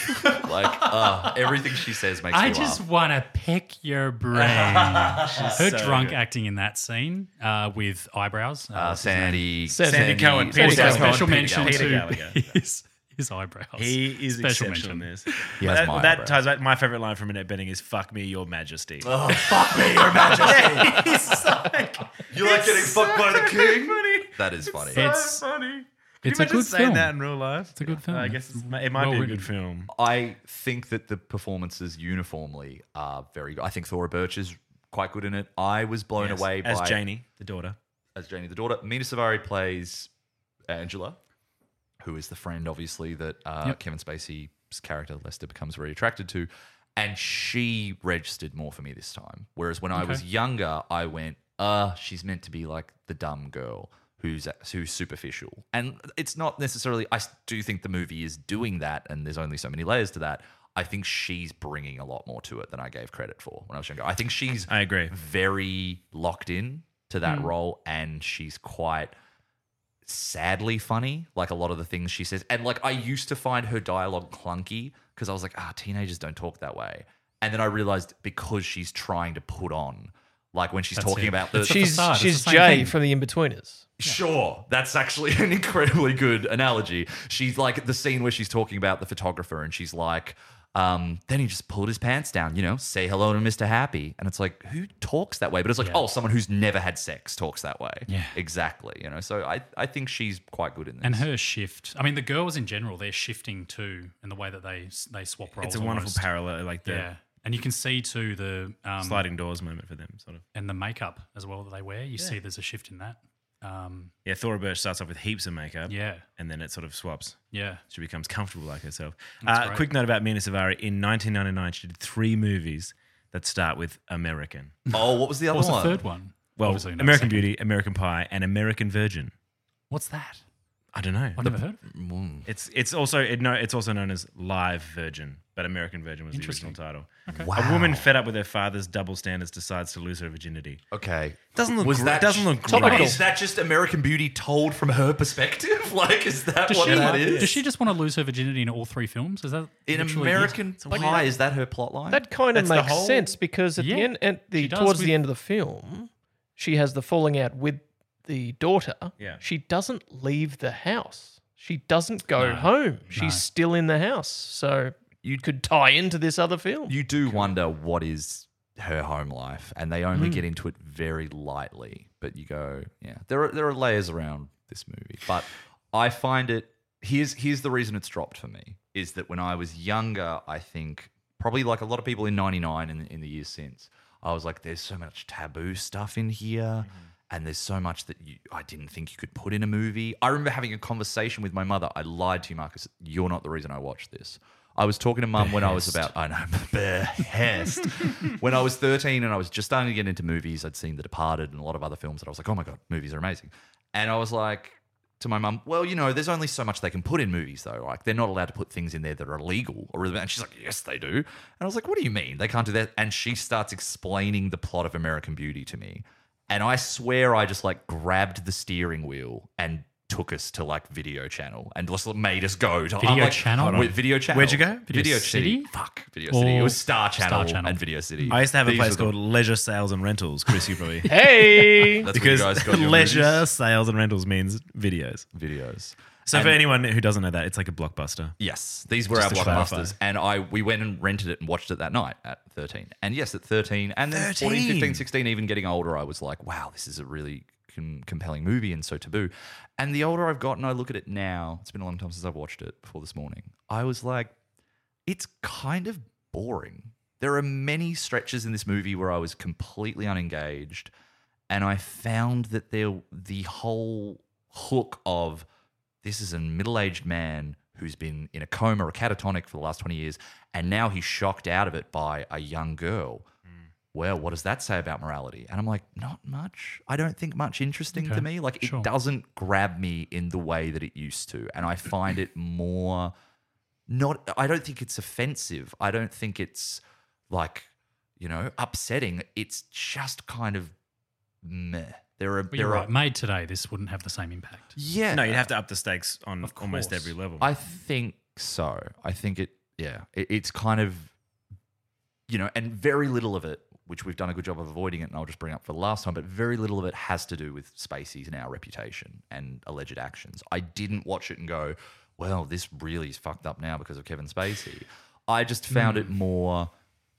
S2: like, uh, everything she says makes
S3: I
S2: me
S3: just
S2: laugh.
S3: want to pick your brain. Her
S1: so
S3: drunk
S1: good.
S3: acting in that scene uh, with eyebrows. Uh,
S2: Uh,
S3: what's his name?
S2: Sandy,
S4: Sandy
S1: Cohen,
S2: Sandy
S1: Peter
S3: Also,
S1: Gallagher.
S3: special
S1: Peter
S3: mention
S1: Gallagher.
S3: to
S1: Peter Gallagher.
S3: *laughs* his, his eyebrows.
S1: He is
S3: Special
S1: exceptional
S3: mention.
S1: in this.
S2: He has
S1: that,
S2: my
S1: that
S2: eyebrows.
S1: ties back. My favorite line from Annette Benning is "Fuck me, Your *laughs* Majesty."
S2: Oh, fuck me, Your Majesty.
S1: It's like-
S2: *laughs* You like getting fucked by the
S1: so
S2: king?
S1: funny.
S2: That is funny.
S1: So
S3: It's-
S1: funny. Can
S3: it's
S1: you
S3: a
S1: imagine
S3: good
S1: saying
S3: film.
S1: that in real life? It's
S3: a good film.
S1: I guess it's, it might
S3: Well
S1: be a
S3: written.
S1: good film.
S2: I think that the performances uniformly are very good. I think Thora Birch is quite good in it. I was blown
S1: Yes.
S2: away
S1: as
S2: by
S1: Janie, the daughter.
S2: as Janie the daughter. Mina Savari plays Angela, who is the friend, obviously, that uh,
S3: Yep.
S2: Kevin Spacey's character Lester becomes very attracted to. And she registered more for me this time. Whereas when I
S3: Okay.
S2: was younger, I went, uh, she's meant to be like the dumb girl who's who's superficial. And it's not necessarily, I s- do think the movie is doing that, and there's only so many layers to that. I think she's bringing a lot more to it than I gave credit for when I was younger. I think she's
S1: I agree.
S3: Mm-hmm.
S2: very locked in to that
S3: Mm.
S2: role and she's quite sadly funny like a lot of the things she says and like i used to find her dialogue clunky because i was like ah teenagers don't talk that way and then i realized because she's trying to put on like when she's
S3: That's
S2: talking
S3: it.
S2: about the
S3: a
S4: She's
S3: facade, it's
S4: she's
S3: the same
S4: Jay
S3: thing.
S4: from the Inbetweeners.
S2: Sure, that's actually *laughs* an incredibly good analogy. She's like the scene where she's talking about the photographer, and she's like, um, then he just pulled his pants down, you know, say hello to Mr. Happy. And it's like, who talks that way? But it's like,
S3: Yeah.
S2: oh, someone who's never had sex talks that way.
S3: Yeah.
S2: Exactly. You know, so I, I think she's quite good in this.
S3: And her shift. I mean, the girls in general, they're shifting too in the way that they they swap roles.
S1: It's a wonderful
S3: almost.
S1: parallel, like the
S3: Yeah. And you can see too the um,
S1: sliding doors moment for them, sort of.
S3: and the makeup as well that they wear. You see, there's a shift in that. Um,
S1: Yeah, Thora Birch starts off with heaps of makeup,
S3: yeah,
S1: and then it sort of swaps.
S3: yeah.
S1: She becomes comfortable like herself.
S3: That's
S1: Uh,
S3: great.
S1: quick note about Mina Savari: in 1999, she did three movies that start with American.
S2: *laughs* oh, what was the other
S3: What's the
S2: one?
S3: third one?
S1: Well,
S3: Obviously not
S1: American
S3: second.
S1: Beauty, American Pie, and American Virgin.
S3: What's that?
S1: I don't know.
S3: I've never heard of it.
S1: It's it's also it, no, it's also known as Live Virgin, but American Virgin was the original
S3: Interesting.
S1: title.
S2: Wow.
S1: A woman fed up with her father's double standards decides to lose her virginity.
S2: Okay.
S1: Doesn't look
S2: was
S1: gr-
S2: that
S1: doesn't look
S4: Topical.
S1: great.
S2: Is that just American Beauty told from her perspective? *laughs* Like, is that
S3: Does
S2: what
S3: she,
S2: that is?
S3: does she just want to lose her virginity in all three films? Is that
S2: in
S3: literally it?
S2: American Pie, is that her plot line?
S4: That kind of
S1: That's the
S4: makes
S1: whole-
S4: sense because at
S3: Yeah,
S4: the end, at the
S3: she does
S4: towards
S3: with-
S4: the end of the film, she has the falling out with the daughter.
S1: Yeah.
S4: She doesn't leave the house. She doesn't go
S3: No,
S4: home. She's
S3: no.
S4: still in the house. So you could tie into this other film.
S2: you do wonder what is her home life, and they only get into it very lightly. But you go, yeah, there are there are layers around this movie, but I find it. Here's here's the reason it's dropped for me is that when I was younger, I think probably like a lot of people in 99 in, in the years since, I was like, there's so much taboo stuff in here. And there's so much that you, I didn't think you could put in a movie. I remember having a conversation with my mother. I lied to you, Marcus. You're not the reason I watched this. I was talking to mum when I was about, I know, *laughs* behest. when I was 13 and I was just starting to get into movies, I'd seen The Departed and a lot of other films that I was like, oh my God, movies are amazing. And I was like, to my mum, well, you know, there's only so much they can put in movies, though. Like, they're not allowed to put things in there that are illegal or And she's like, yes, they do. And I was like, what do you mean? They can't do that. And she starts explaining the plot of American Beauty to me. And I swear I just like grabbed the steering wheel and took us to like video channel and just made us go to I'm
S3: Video
S2: like-
S3: channel?
S2: with video channel.
S1: Where'd you go?
S2: Video,
S3: Video
S2: City?
S3: City?
S2: Fuck, Video City. It
S3: Or
S2: was Star
S3: Star
S2: Channel,
S3: Channel.
S2: and Video City.
S1: I used to have a
S2: These
S1: place
S2: were the-
S1: called Leisure Sales and Rentals. Chris, you
S2: *laughs*
S1: probably
S4: Hey,
S2: That's where you
S1: because
S2: guys
S3: *laughs*
S2: got your
S1: leisure
S2: movies.
S1: sales and rentals means videos.
S2: videos.
S1: So for anyone who doesn't know that, it's like a blockbuster.
S2: Yes, these were
S1: Just to
S2: our
S1: clarify.
S2: blockbusters, and I we went and rented it and watched it that night at 13. And yes, at 13, and then 14, 15,
S1: 13.
S2: 16, even getting older, I was like, wow, this is a really com- compelling movie and so taboo. And the older I've gotten, I look at it now. It's been a long time since I've watched it before this morning. I was like, it's kind of boring. There are many stretches in this movie where I was completely unengaged, and I found that there the whole hook of this is a middle-aged man who's been in a coma or catatonic for the last 20 years and now he's shocked out of it by a young girl
S3: Hmm.
S2: well what does that say about morality and i'm like not much i don't think much interesting to
S3: Okay,
S2: me like
S3: sure.
S2: it doesn't grab me in the way that it used to and i find it more not i don't think it's offensive i don't think it's like you know upsetting it's just kind of meh there are
S3: But
S2: there
S3: you're
S2: are
S3: right. Made today, this wouldn't have the same impact.
S2: yeah
S1: No, you'd have to up the stakes on almost
S3: course.
S1: every level.
S2: I think so. I think it, yeah, it, it's kind of, you know, and very little of it, which we've done a good job of avoiding it, and I'll just bring up for the last time, but very little of it has to do with Spacey's and our reputation and alleged actions. I didn't watch it and go, well, this really is fucked up now because of Kevin Spacey. I just found
S1: Hmm.
S2: it more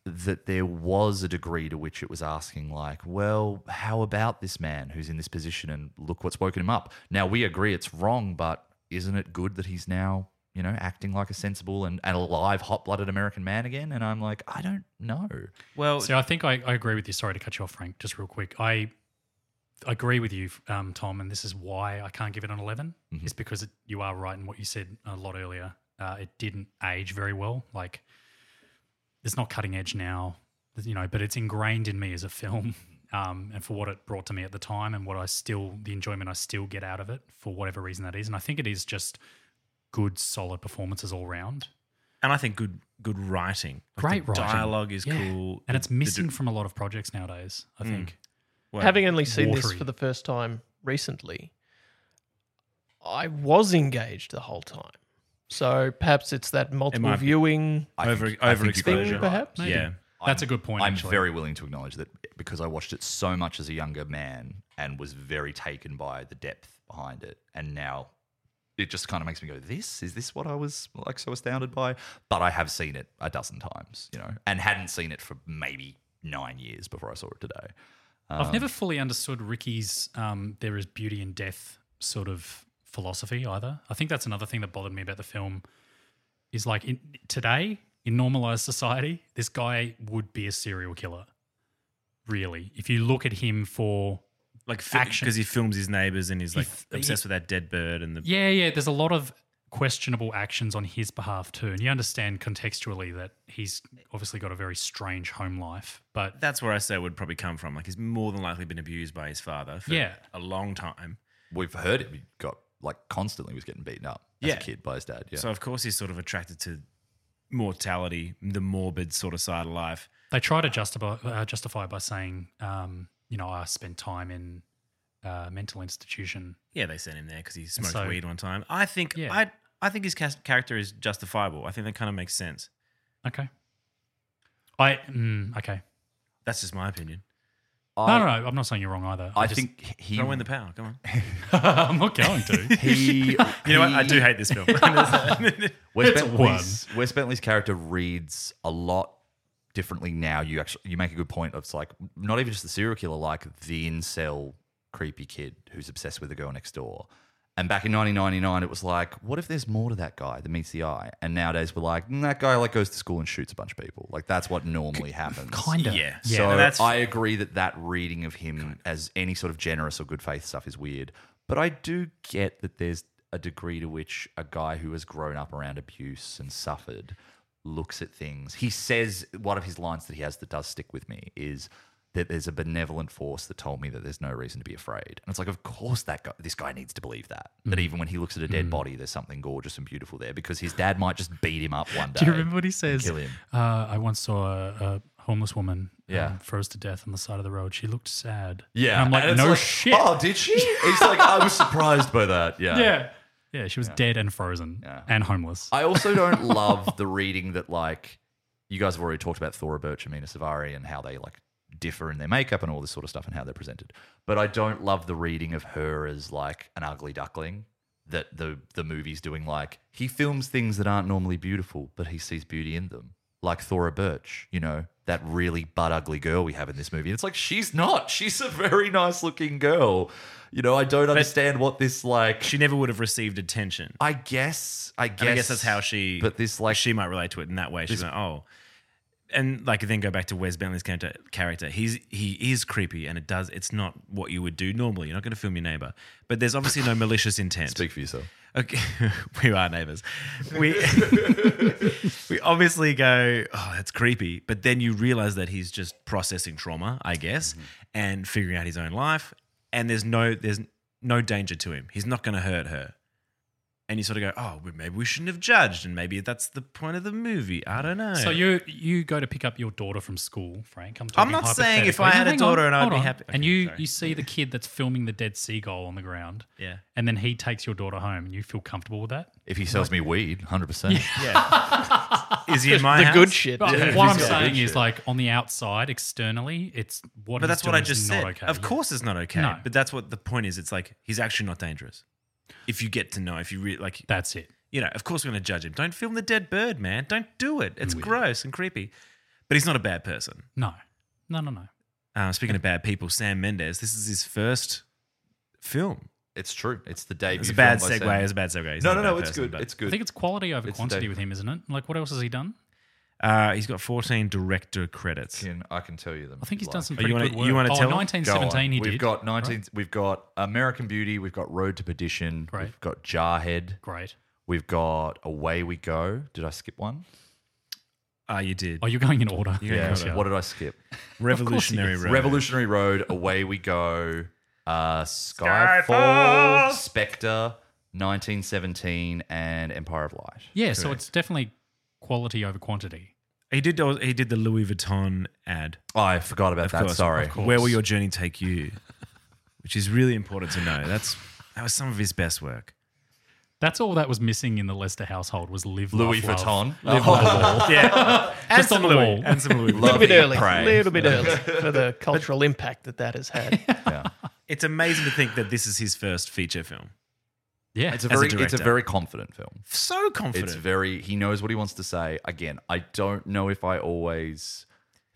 S2: that there was a degree to which it was asking, like, well, how about this man who's in this position and look what's woken him up? Now, we agree it's wrong, but isn't it good that he's now, you know, acting like a sensible and, and alive, hot blooded American man again? And I'm like, I don't know.
S1: well,
S3: So I think I, I agree with you. Sorry to cut you off, Frank. Just real quick, I agree with you, um, Tom, and this is why I can't give it an 11
S2: Mhm.
S3: Is because it, you are right in what you said a lot earlier. Uh, it didn't age very well. Like it's not cutting edge now, you know, but it's ingrained in me as a film. Um, and for what it brought to me at the time and what I still, the enjoyment I still get out of it for whatever reason that is. And I think it is just good, solid performances all round.
S1: and I think good good writing.
S3: Great
S1: the
S3: writing.
S1: dialogue is
S3: Yeah.
S1: cool,
S3: And it's
S1: The- the
S3: missing
S1: di-
S3: from a lot of projects nowadays,
S2: Hmm.
S3: I think.
S1: well,
S4: having only seen this
S3: Watery.
S4: for the first time recently, I was engaged the whole time. So perhaps it's that multiple
S1: might be.
S4: viewing
S2: I
S1: Over-
S2: think- I think you
S1: overexposure.
S2: guys are
S4: thing,
S2: right.
S4: perhaps.
S3: Maybe.
S1: yeah.
S3: That's a good point.
S2: I'm
S3: actually.
S2: very willing to acknowledge that because I watched it so much as a younger man and was very taken by the depth behind it. And now it just kind of makes me go, this? Is this what I was like so astounded by? But I have seen it a dozen times, you know, and hadn't seen it for maybe nine years before I saw it today.
S3: I've never fully understood Ricky's um, "there is beauty in death" sort of philosophy either. I think that's another thing that bothered me about the film is like in, today in normalized society, this guy would be a serial killer. Really, if you look at him for
S1: like
S3: Action.
S1: because he films his neighbors and he's like
S3: f-
S1: obsessed with that dead bird and the
S3: yeah, yeah, there's a lot of questionable actions on his behalf too, and you understand contextually that he's obviously got a very strange home life, but
S1: that's where I say it would probably come from. Like he's more than likely been abused by his father for
S3: Yeah.
S1: a long time.
S2: We've heard it. He got like constantly was getting beaten up as
S1: Yeah.
S2: a kid by his dad. Yeah.
S1: So of course he's sort of attracted to mortality, the morbid sort of side of life.
S3: they try to justify uh, justify by saying, um, you know, I spent time in uh, mental institution.
S1: Yeah, they sent him there because he smoked
S3: so-
S1: weed one time. I think
S3: Yeah.
S1: I I think his cas- character is justifiable. I think that kind of makes sense.
S3: Okay. I mm, okay.
S1: That's just my opinion.
S2: I,
S3: No, no, no. I'm not saying you're wrong either.
S2: I
S3: just-
S2: think he.
S1: Throw in the power. Come on.
S3: *laughs* I'm not
S2: *laughs*
S3: going to.
S2: he,
S1: *laughs* You know what? I
S2: he-
S1: do hate this film.
S2: Wes
S3: It's a
S2: Bentley's, Wes Bentley's character reads a lot differently now. You actually you make a good point of it's like not even just the serial killer, like the incel creepy kid who's obsessed with the girl next door. And back in 1999, it was like, what if there's more to that guy that meets the eye? And nowadays, we're like, "Mm, that guy like goes to school and shoots a bunch of people. Like that's what normally happens.
S3: Kinda.
S1: Yeah.
S3: Yeah.
S2: so
S1: no, that's-
S2: I agree that that reading of him as any sort of generous or good faith stuff is weird. But I do get that there's a degree to which a guy who has grown up around abuse and suffered looks at things. He says one of his lines that he has that does stick with me is that there's a benevolent force that told me that there's no reason to be afraid. And it's like, of course that guy, this guy needs to believe that.
S3: Mm.
S2: That even when he looks at a dead body, there's something gorgeous and beautiful there because his dad might just beat him up one day.
S3: *laughs* Do you remember what he says?
S2: kill him.
S3: Uh, I once saw a, a homeless woman
S2: Yeah.
S3: um, froze to death on the side of the road. She looked sad.
S2: Yeah.
S3: And I'm like,
S2: and it's
S3: no shit.
S2: Oh, did she? He's like, I was surprised by that. Yeah.
S3: yeah. Yeah, she was dead and frozen
S2: Yeah.
S3: and homeless.
S2: I also don't love the reading that, like, you guys have already talked about Thora Birch and Mina Savari and how they, like, differ in their makeup and all this sort of stuff and how they're presented. But I don't love the reading of her as, like, an ugly duckling that the, the movie's doing. Like, he films things that aren't normally beautiful, but he sees beauty in them. Like Thora Birch, you know, that really butt ugly girl we have in this movie. It's like, she's not. She's a very nice looking girl. You know, I don't understand what this, like,
S1: She never would have received attention.
S2: I guess. I guess.
S1: And I guess that's how she.
S2: But this, like,
S1: she might relate to it in that way. She's like, oh, and like then go back to Wes Bentley's character. Character, he's he is creepy, and it does. It's not what you would do normally. You're not going to film your neighbor, but there's obviously no malicious intent.
S2: Speak for yourself.
S1: Okay, *laughs* we are neighbors. We *laughs* we obviously go, oh, that's creepy. But then you realize that he's just processing trauma, I guess,
S4: Mm-hmm.
S1: and figuring out his own life. And there's no there's no danger to him. He's not going to hurt her. And you sort of go, oh, well, maybe we shouldn't have judged, and maybe that's the point of the movie. I don't know.
S3: So you you go to pick up your daughter from school, Frank. I'm,
S1: I'm
S3: talking
S1: not saying if
S3: hypothetically.
S1: I had a
S3: Hang
S1: daughter
S3: on,
S1: and I'd
S3: hold
S1: be
S3: on.
S1: happy-
S3: And
S1: Okay,
S3: you
S1: sorry.
S3: you see the kid that's filming the dead seagull on the ground,
S1: yeah,
S3: and then he takes your daughter home, and you feel comfortable with that.
S2: If he sells me weed, hundred percent.
S1: yeah. Is
S4: *laughs*
S1: he in my
S4: the
S1: house?
S4: good shit.
S3: But
S4: dude.
S3: what I'm
S2: Yeah.
S3: saying is,
S2: Yeah.
S3: like on the outside, externally, it's what.
S1: But
S3: he's
S1: that's what I
S3: doing is
S1: just
S3: not
S1: said.
S3: Okay.
S1: of
S3: Yeah.
S1: course, it's not okay.
S3: No.
S1: But that's what the point is. It's like he's actually not dangerous. If you get to know, if you re- like,
S3: that's it.
S1: you know, of course we're going to judge him. Don't film the dead bird, man. Don't do it. It's gross and creepy. But he's not a bad person.
S3: No, no, no, no.
S1: Uh, speaking of bad people, Sam Mendes. This is his first film.
S2: It's true. It's the debut.
S1: It's a bad
S2: film by
S1: segue.
S2: Sam.
S1: It's a bad segue. He's
S2: No,
S1: not
S2: no,
S1: a
S2: no.
S1: bad
S2: It's
S1: person,
S2: good.
S1: but-
S2: It's
S3: I
S2: good.
S3: think it's quality over
S2: It's
S3: quantity
S2: Dave.
S3: with him, isn't it? Like, what else has he done?
S1: uh, he's got 14 director credits.
S2: Can- I can tell you them.
S3: I think
S2: if
S3: he's
S2: you'd
S3: done
S2: like.
S3: some
S1: Oh, you
S3: pretty
S1: wanna-
S3: good work.
S1: you wanna
S3: oh,
S1: tell?
S3: 1917 he
S2: We've
S3: did.
S2: got 19. We've got American Beauty. We've got Road to Perdition.
S3: Right.
S2: We've got Jarhead.
S3: Great.
S2: We've got Away We Go. Did I skip one?
S1: Ah, you did.
S3: Oh, you're going in order.
S1: You're going in order.
S2: What did I skip?
S1: Revolutionary Road.
S2: Revolutionary Road. Away We Go. Uh, Skyfall. Spectre. 1917 and Empire of Light.
S3: Yeah, so it's definitely quality over quantity.
S1: he did. He did the Louis Vuitton ad.
S2: Oh, I forgot about that.
S1: course,
S2: Sorry.
S1: of course. Where will your journey take you? Which is really important to know. That's that was some of his best work.
S3: That's all that was missing in the Lester household was live
S2: Louis
S3: laugh, love.
S2: Vuitton.
S4: *laughs*
S1: Yeah, and
S3: Just
S1: some
S3: on the
S1: Louis,
S3: wall.
S1: and some
S2: *laughs*
S1: Louis.
S4: a
S1: Vuitton.
S4: little bit early,
S2: Praise.
S4: a little
S1: *laughs*
S4: bit early for the cultural impact that that has had.
S1: It's amazing to think that this is his first feature film.
S3: Yeah,
S2: It's a
S1: As a
S2: very, it's a
S1: director.
S2: very confident film.
S1: So confident.
S2: It's very. He knows what he wants to say. Again, I don't know if I always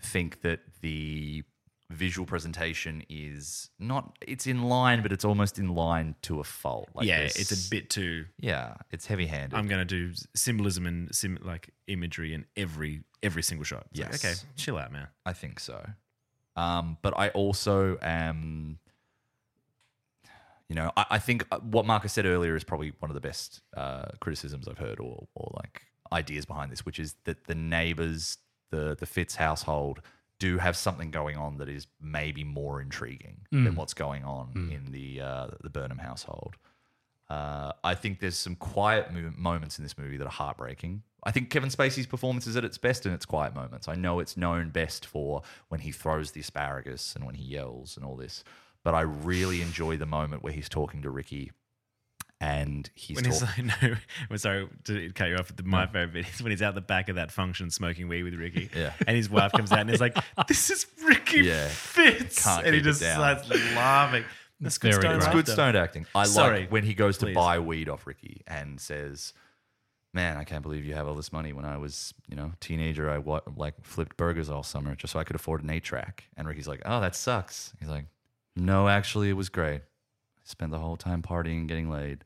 S2: think that the visual presentation is not. It's in line, but it's almost in line to a fault. Like
S1: yeah,
S2: there's-
S1: it's a bit too.
S2: Yeah, it's heavy-handed.
S1: I'm going to do symbolism and sim, like imagery in every every single shot. It's like,
S2: Yes.
S1: okay, chill out, man.
S2: I think so. Um, but I also am, you know, I, I think uh, what Marcus said earlier is probably one of the best uh, criticisms I've heard, or or like ideas behind this, which is that the neighbors, the the Fitz household, do have something going on that is maybe more intriguing than what's going on in the uh, the Burnham household. Uh, I think there's some quiet mo- moments in this movie that are heartbreaking. I think Kevin Spacey's performance is at its best in its quiet moments. I know it's known best for when he throws the asparagus and when he yells and all this, but I really enjoy the moment where he's talking to Ricky and he's
S1: When
S2: talking.
S1: he's like, *laughs* no, we're sorry to cut you off. But my favorite bit is when he's out the back of that function smoking weed with Ricky.
S2: *laughs* Yeah.
S1: And his wife comes out and
S2: *laughs*
S1: is like, this is Ricky
S2: Yeah.
S1: Fitz.
S2: Can't
S1: and he
S2: keep it
S1: just
S2: down.
S1: starts laughing. That's good
S3: Very
S1: stone.
S3: good.
S2: It's
S3: Right.
S2: good stoned acting. I
S1: Sorry,
S2: like when he goes
S1: please.
S2: to buy weed off Ricky and says, "Man, I can't believe you have all this money. When I was, you know, teenager, I wa- like flipped burgers all summer just so I could afford an eight track." And Ricky's like, "Oh, that sucks." He's like, "No, actually, it was great. I spent the whole time partying, getting laid,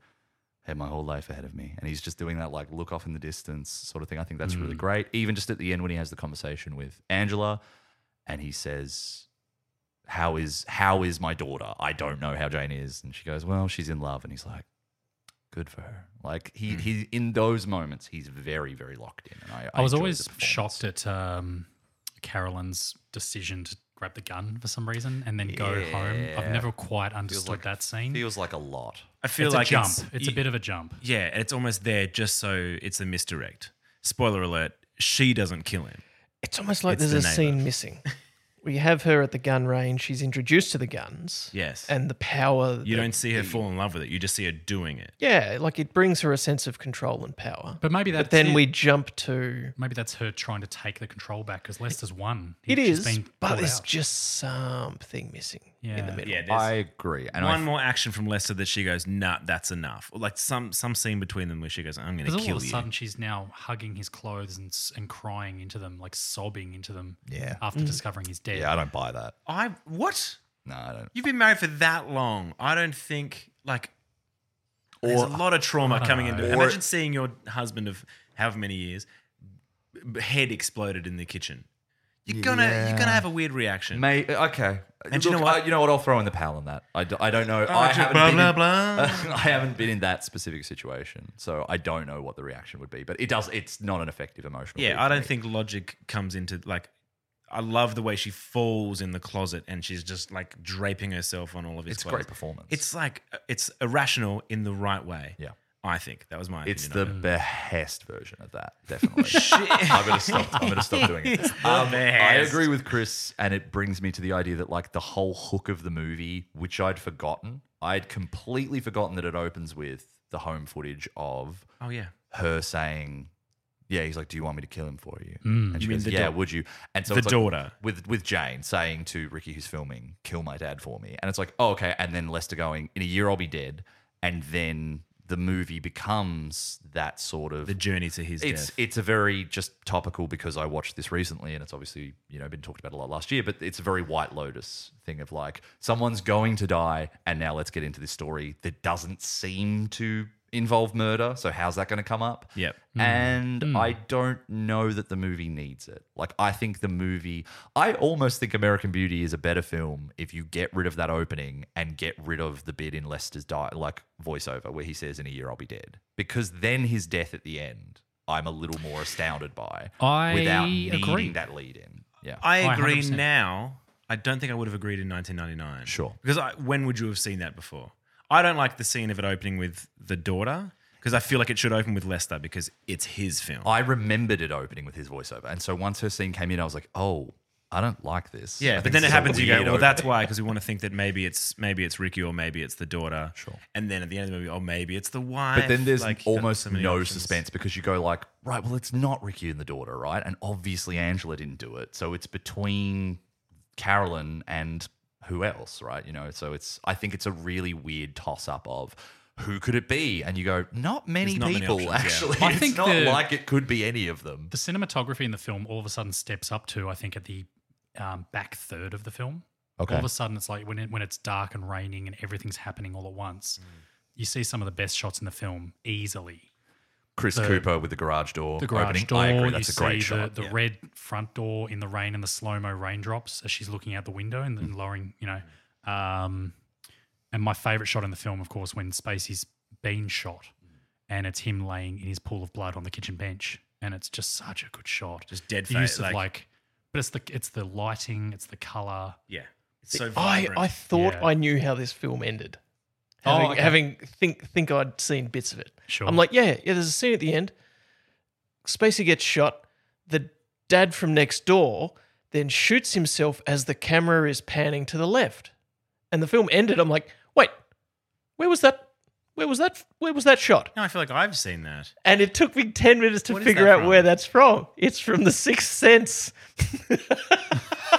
S2: had my whole life ahead of me. And he's just doing that like look off in the distance sort of thing. I think that's really great. Even just at the end when he has the conversation with Angela and he says, How is how is my daughter? I don't know how Jane is. And she goes, Well, she's in love. And he's like, Good for her. Like
S1: Hmm.
S2: he he in those moments, he's very, very locked in. And I,
S3: I was
S2: enjoyed the
S3: always
S2: performance.
S3: shocked at um, Carolyn's decision to grab the gun for some reason and then go home. I've
S2: Yeah.
S3: never quite understood
S2: like-
S3: that scene.
S2: Feels like a lot.
S1: I feel
S3: it's
S1: like
S3: a jump. It's,
S1: It's,
S3: a bit of a jump.
S1: Yeah, and it's almost there just so it's a misdirect. Spoiler alert: she doesn't kill him.
S4: It's almost like
S1: It's
S4: there's
S1: the
S4: a
S1: neighbour. *laughs*
S4: scene missing. We have her at the gun range. She's introduced to the guns.
S1: Yes.
S4: And the power.
S1: You
S4: that-
S1: don't see her fall in love with it. You just see her doing it.
S4: Yeah, like it brings her a sense of control and power.
S3: But maybe that's
S4: But then
S3: it.
S4: we jump to
S3: maybe that's her trying to take the control back because Lester's won. He-
S4: it
S3: she's
S4: is,
S3: been
S4: but
S3: caught
S4: there's
S3: out.
S4: just something missing in the
S3: Yeah.
S4: middle.
S1: Yeah, there's
S2: I agree. And
S1: one
S2: I
S1: more action from Lester that she goes, "Nah, that's enough." Or like some some scene between them where she goes, "I'm going to
S3: Because all
S1: kill
S3: of a
S1: you."
S3: sudden she's now hugging his clothes and s- and crying into them, like sobbing into them.
S2: Yeah.
S3: After discovering he's dead.
S2: Yeah, I don't buy that.
S1: I what?
S2: No, I don't.
S1: You've been married for that long. I don't think like there's a lot of trauma coming into it.
S2: Or-
S1: Imagine seeing your husband of however many years b- head exploded in the kitchen. You're gonna you're gonna
S2: Yeah.
S1: have a weird reaction.
S2: May okay.
S1: And do you know what?
S2: I, you know what? I'll throw in the pal on that. I, d- I don't know. I
S1: just
S2: haven't
S1: blah,
S2: been in-
S1: blah, blah.
S2: *laughs* I haven't been in that specific situation, so I don't know what the reaction would be. But it does. It's not an effective emotional.
S1: Yeah,
S2: read
S1: I
S2: for
S1: don't
S2: me.
S1: think logic comes into like. I love the way she falls in the closet and she's just like draping herself on all of his
S2: it's a
S1: clothes.
S2: great performance.
S1: It's like it's irrational in the right way.
S2: Yeah.
S1: I think that was my.
S2: it's the
S1: opinion
S2: behest version of that. Definitely.
S1: on it. *laughs* Shit.
S2: I'm gonna stop. I'm gonna stop doing it.
S1: *laughs*
S2: Um,
S1: It's the
S2: I
S1: best.
S2: agree with Chris, and it brings me to the idea that like the whole hook of the movie, which I'd forgotten, I'd completely forgotten that it opens with the home footage of
S1: Oh yeah.
S2: her saying, "Yeah." He's like, "Do you want me to kill him for you?" And she
S1: mean
S2: goes,
S1: the
S2: "Yeah,
S1: daugh-
S2: would you?" And so
S1: the
S2: it's like
S1: daughter.
S2: with with Jane saying to Ricky, who's filming, "Kill my dad for me," and it's like, "Oh, okay." And then Lester going, "In a year, I'll be dead," and then the movie becomes that sort of
S1: The journey to his
S2: it's
S1: death.
S2: it's a very just topical because I watched this recently and it's obviously you know been talked about a lot last year, but it's a very White Lotus thing of like someone's going to die and now let's get into this story that doesn't seem to involve murder. So how's that going to come up?
S1: Yep.
S3: Hmm.
S2: And I don't know that the movie needs it. Like I think the movie, I almost think American Beauty is a better film if you get rid of that opening and get rid of the bit in Lester's di- like voiceover where he says, "In a year, I'll be dead," because then his death at the end, I'm a little more astounded by
S3: I
S2: without
S3: agree.
S2: needing that lead in. Yeah,
S1: I
S3: I
S1: agree
S3: 100%.
S1: now. I don't think I would have agreed in 1999.
S2: Sure.
S1: Because I, when would you have seen that before? I don't like the scene of it opening with the daughter because I feel like it should open with Lester because it's his film.
S2: I remembered it opening with his voiceover, and so once her scene came in, I was like, "Oh, I don't like this." I
S1: Yeah, but
S2: think
S1: then it
S2: this is a
S1: happens. You go,
S2: weird
S1: well, that's
S2: opening."
S1: why, because we want to think that maybe it's maybe it's Ricky or maybe it's the daughter.
S2: Sure.
S1: And then at the end of the movie, oh, maybe it's the wife.
S2: But then there's
S1: Like, you've got
S2: almost
S1: so many
S2: no
S1: options.
S2: suspense because you go like, right, well, it's not Ricky and the daughter, right? And obviously Angela didn't do it, so it's between Carolyn and who else, right? You know, so it's I think it's a really weird toss up of who could it be, and you go, not many
S1: There's not many options,
S2: people
S1: yeah.
S2: actually. *laughs*
S3: I
S2: it's
S3: think
S2: not
S3: the-
S2: like it could be any of them.
S3: The cinematography in the film all of a sudden steps up to, I think, at the um, back third of the film. All of a sudden, it's like when it, when it's dark and raining and everything's happening all at once.
S2: Mm.
S3: You see some of the best shots in the film easily.
S2: Chris
S3: the-
S2: Cooper with the garage door.
S3: The garage
S2: opening.
S3: door,
S2: I agree,
S3: you
S2: that's a
S3: see
S2: great
S3: the,
S2: shot.
S3: the red front door in the rain and the slow mo raindrops as she's looking out the window and
S2: Mm.
S3: then lowering, you know. Um, and my favorite shot in the film, of course, when Spacey's being shot,
S2: Mm.
S3: and it's him laying in his pool of blood on the kitchen bench, and it's just such a good shot.
S1: Just dead
S3: the use
S1: face.
S3: of
S1: Like,
S3: like, but it's the it's the lighting, it's the color.
S1: yeah. It's so
S4: I,
S1: vibrant.
S4: I thought
S3: Yeah.
S4: I knew how this film ended.
S3: Oh,
S4: Having,
S3: okay.
S4: having think think I'd seen bits of it.
S3: Sure,
S4: I'm like, yeah, yeah. There's a scene at the end. Spacey gets shot. The dad from next door then shoots himself as the camera is panning to the left, and the film ended. I'm like, wait, where was that? Where was that? Where was that shot?
S1: no, I feel like I've seen that.
S4: And it took me 10 minutes to
S1: What is
S4: figure
S1: that
S4: out
S1: from?
S4: where that's from. It's from The Sixth Sense. *laughs*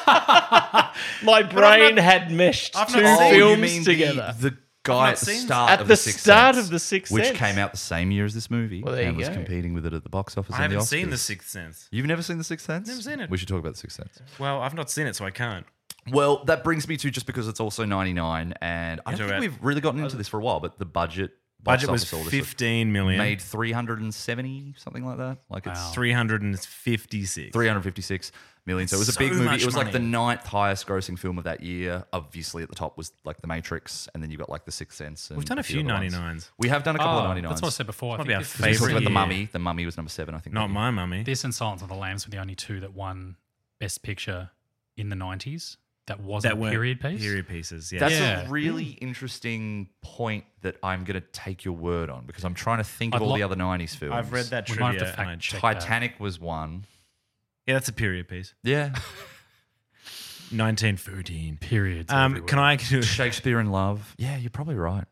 S4: My brain had meshed
S1: I've not
S4: two
S1: seen- Oh, you
S4: films together.
S2: The, guy
S1: not
S2: at the
S1: seen-
S2: start
S4: at
S2: of
S4: the,
S2: the Sixth
S4: start
S2: Sense.
S4: of The Sixth
S2: which
S4: Sense.
S2: came out the same year as this movie
S4: Well, there you
S2: and was
S4: go.
S2: competing with it at the box office.
S1: I
S2: and
S1: haven't
S2: the
S1: seen
S2: Oscars.
S1: The Sixth Sense.
S2: You've never seen The Sixth Sense?
S1: Never seen it.
S2: We should talk about The Sixth Sense.
S1: Well, I've not seen it, so I can't.
S2: Well, that brings me to just because it's also 99, and I don't
S1: You're
S2: think
S1: right.
S2: we've really gotten into this for a while, but the budget box
S1: Budget was
S2: office all this was
S1: 15 million.
S2: made 370 something like that. Like it's
S3: Wow.
S1: 356.
S2: 356 million. So it was
S1: So
S2: a big movie.
S1: much
S2: It was like the
S1: money.
S2: ninth highest grossing film of that year. Obviously, at the top was like The Matrix, and then you got like The Sixth Sense. And
S1: We've done a few
S2: other ones.
S1: 99s.
S2: We have done a couple
S3: Oh,
S2: of 99s.
S3: That's what I said before. I
S1: Might be
S3: think
S1: our
S3: this-
S2: We
S1: favourite
S2: talked about The
S1: year.
S2: Mummy. The Mummy was number seven, I think.
S1: Not
S2: that year.
S1: my mummy.
S3: This and Silence of the Lambs were the only two that won Best Picture in the 90s that wasn't
S1: That
S3: a
S1: were
S3: period piece.
S1: Period pieces. Yeah.
S2: That's
S3: Yeah.
S2: a really interesting point that I'm going to take your word on because I'm trying to think of
S3: I'd
S2: all
S3: lo-
S2: the other 90s films.
S1: I've read that
S3: We might have
S1: trivia.
S3: to
S1: and I-
S3: fact check. that.
S2: Titanic was one.
S1: Yeah, that's a period piece.
S3: *laughs*
S2: Yeah.
S1: 1913.
S3: Periods.
S1: Um, can I? *laughs*
S2: Shakespeare in Love. Yeah, you're probably right.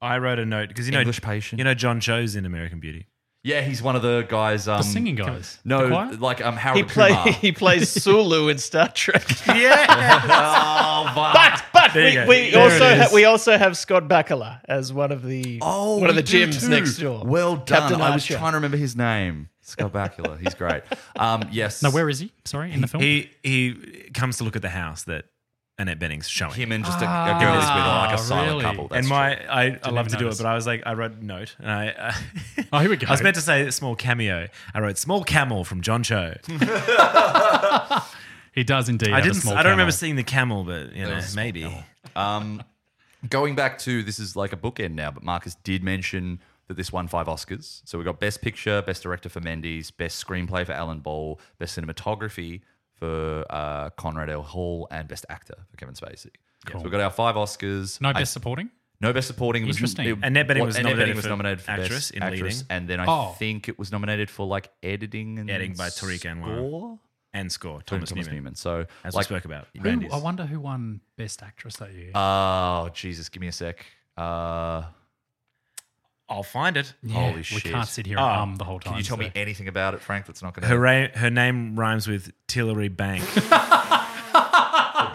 S1: I wrote a note because you know
S2: English Patient.
S1: You know John Cho's in American Beauty.
S2: yeah, he's one of the guys. Um,
S3: The singing guys.
S2: No,
S3: The choir?
S2: like um, Harold
S4: He play
S2: Kumar. *laughs*
S4: *laughs* he plays Sulu in Star Trek.
S1: Yeah.
S2: oh, but
S4: *laughs* But but
S1: There you go.
S4: we, we
S1: There it
S4: also ha-
S1: is.
S4: we also have Scott Bakula as one of the
S2: oh,
S4: one
S2: we
S4: of the
S2: do
S4: gyms
S2: too.
S4: next door.
S2: Well done.
S4: Captain
S2: I was
S4: Archer.
S2: trying to remember his name. Scott Bakula. He's great. Um, yes.
S3: No, where is he? Sorry, in the film?
S1: he he comes to look at the house that Annette Benning's showing.
S2: him and just a,
S3: Ah,
S2: a girl he's with, like a silent
S3: really?
S2: couple. That's
S1: and my I, I love
S3: even
S1: to do
S3: notice.
S1: it, but I was like I wrote a note and I.
S3: *laughs*
S1: Uh,
S3: Oh, here we go.
S1: I was meant to say small cameo. I wrote small camel from John
S2: *laughs*
S1: Cho.
S3: He does indeed.
S1: I
S3: have a
S1: didn't.
S3: small
S1: I don't remember
S3: camel.
S1: seeing the camel, but you know
S2: was a small
S1: maybe.
S2: Um, going back to this is like a bookend now, but Marcus did mention that this won five Oscars. So we got Best Picture, Best Director for Mendes, Best Screenplay for Alan Ball, Best Cinematography for uh, Conrad L. Hall, and Best Actor for Kevin Spacey. So we got our five Oscars.
S3: No
S2: I-
S3: best supporting?
S2: no Best Supporting. It was-
S3: Interesting.
S2: it-
S1: Annette Bening
S2: what-
S1: was
S2: Annette
S1: nominated
S2: Bening was
S1: for
S2: nominated for
S1: actress
S2: Best
S1: in
S2: Actress,
S1: leading.
S2: and then I
S3: Oh.
S2: think it was nominated for like editing and
S1: Editing by Tariq Anwar.
S2: score?
S1: And score Thomas,
S2: Thomas
S1: Newman,
S2: Newman. So
S1: as
S2: like
S1: we spoke about.
S3: Who-
S1: Randy's. Uh,
S3: I wonder who won Best Actress that year.
S2: Oh Jesus, give me a sec. Uh,
S1: I'll find it.
S2: holy
S3: we
S2: shit.
S3: can't sit here
S1: Oh,
S3: and um the whole time.
S2: Can you tell
S3: so-
S2: me anything about it, Frank? That's not going
S1: Her
S2: to.
S1: ra- her name rhymes with Tillery
S2: *laughs*
S1: Bank.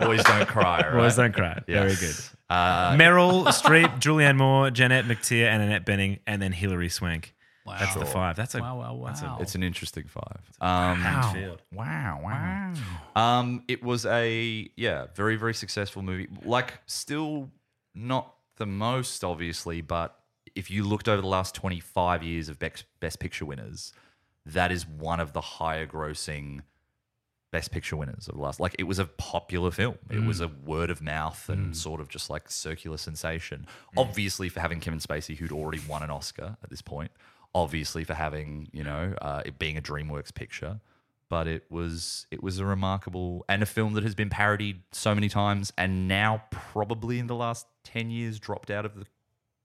S2: Boys don't
S3: *laughs*
S2: cry. Right?
S1: Boys don't cry. Very good.
S2: Uh,
S1: Meryl Streep, Julianne Moore, Janet McTeer, and Annette Benning, and then Hilary Swank.
S3: Wow.
S1: That's the five. That's a
S3: Wow, wow, wow.
S1: that's a-
S2: it's an interesting five. Um,
S3: Wow. Hmm.
S1: field.
S2: wow, wow. Um, it was a yeah, very very successful movie. Like still not the most obviously, but if you looked over the last twenty five years of best best picture winners, that is one of the higher grossing best picture winners of the last like it was a popular film it was a word of mouth and sort of just like circular sensation obviously for having kevin spacey who'd already won an oscar at this point obviously for having you know uh, it being a dreamworks picture but it was it was a remarkable and a film that has been parodied so many times and now probably in the last 10 years dropped out of the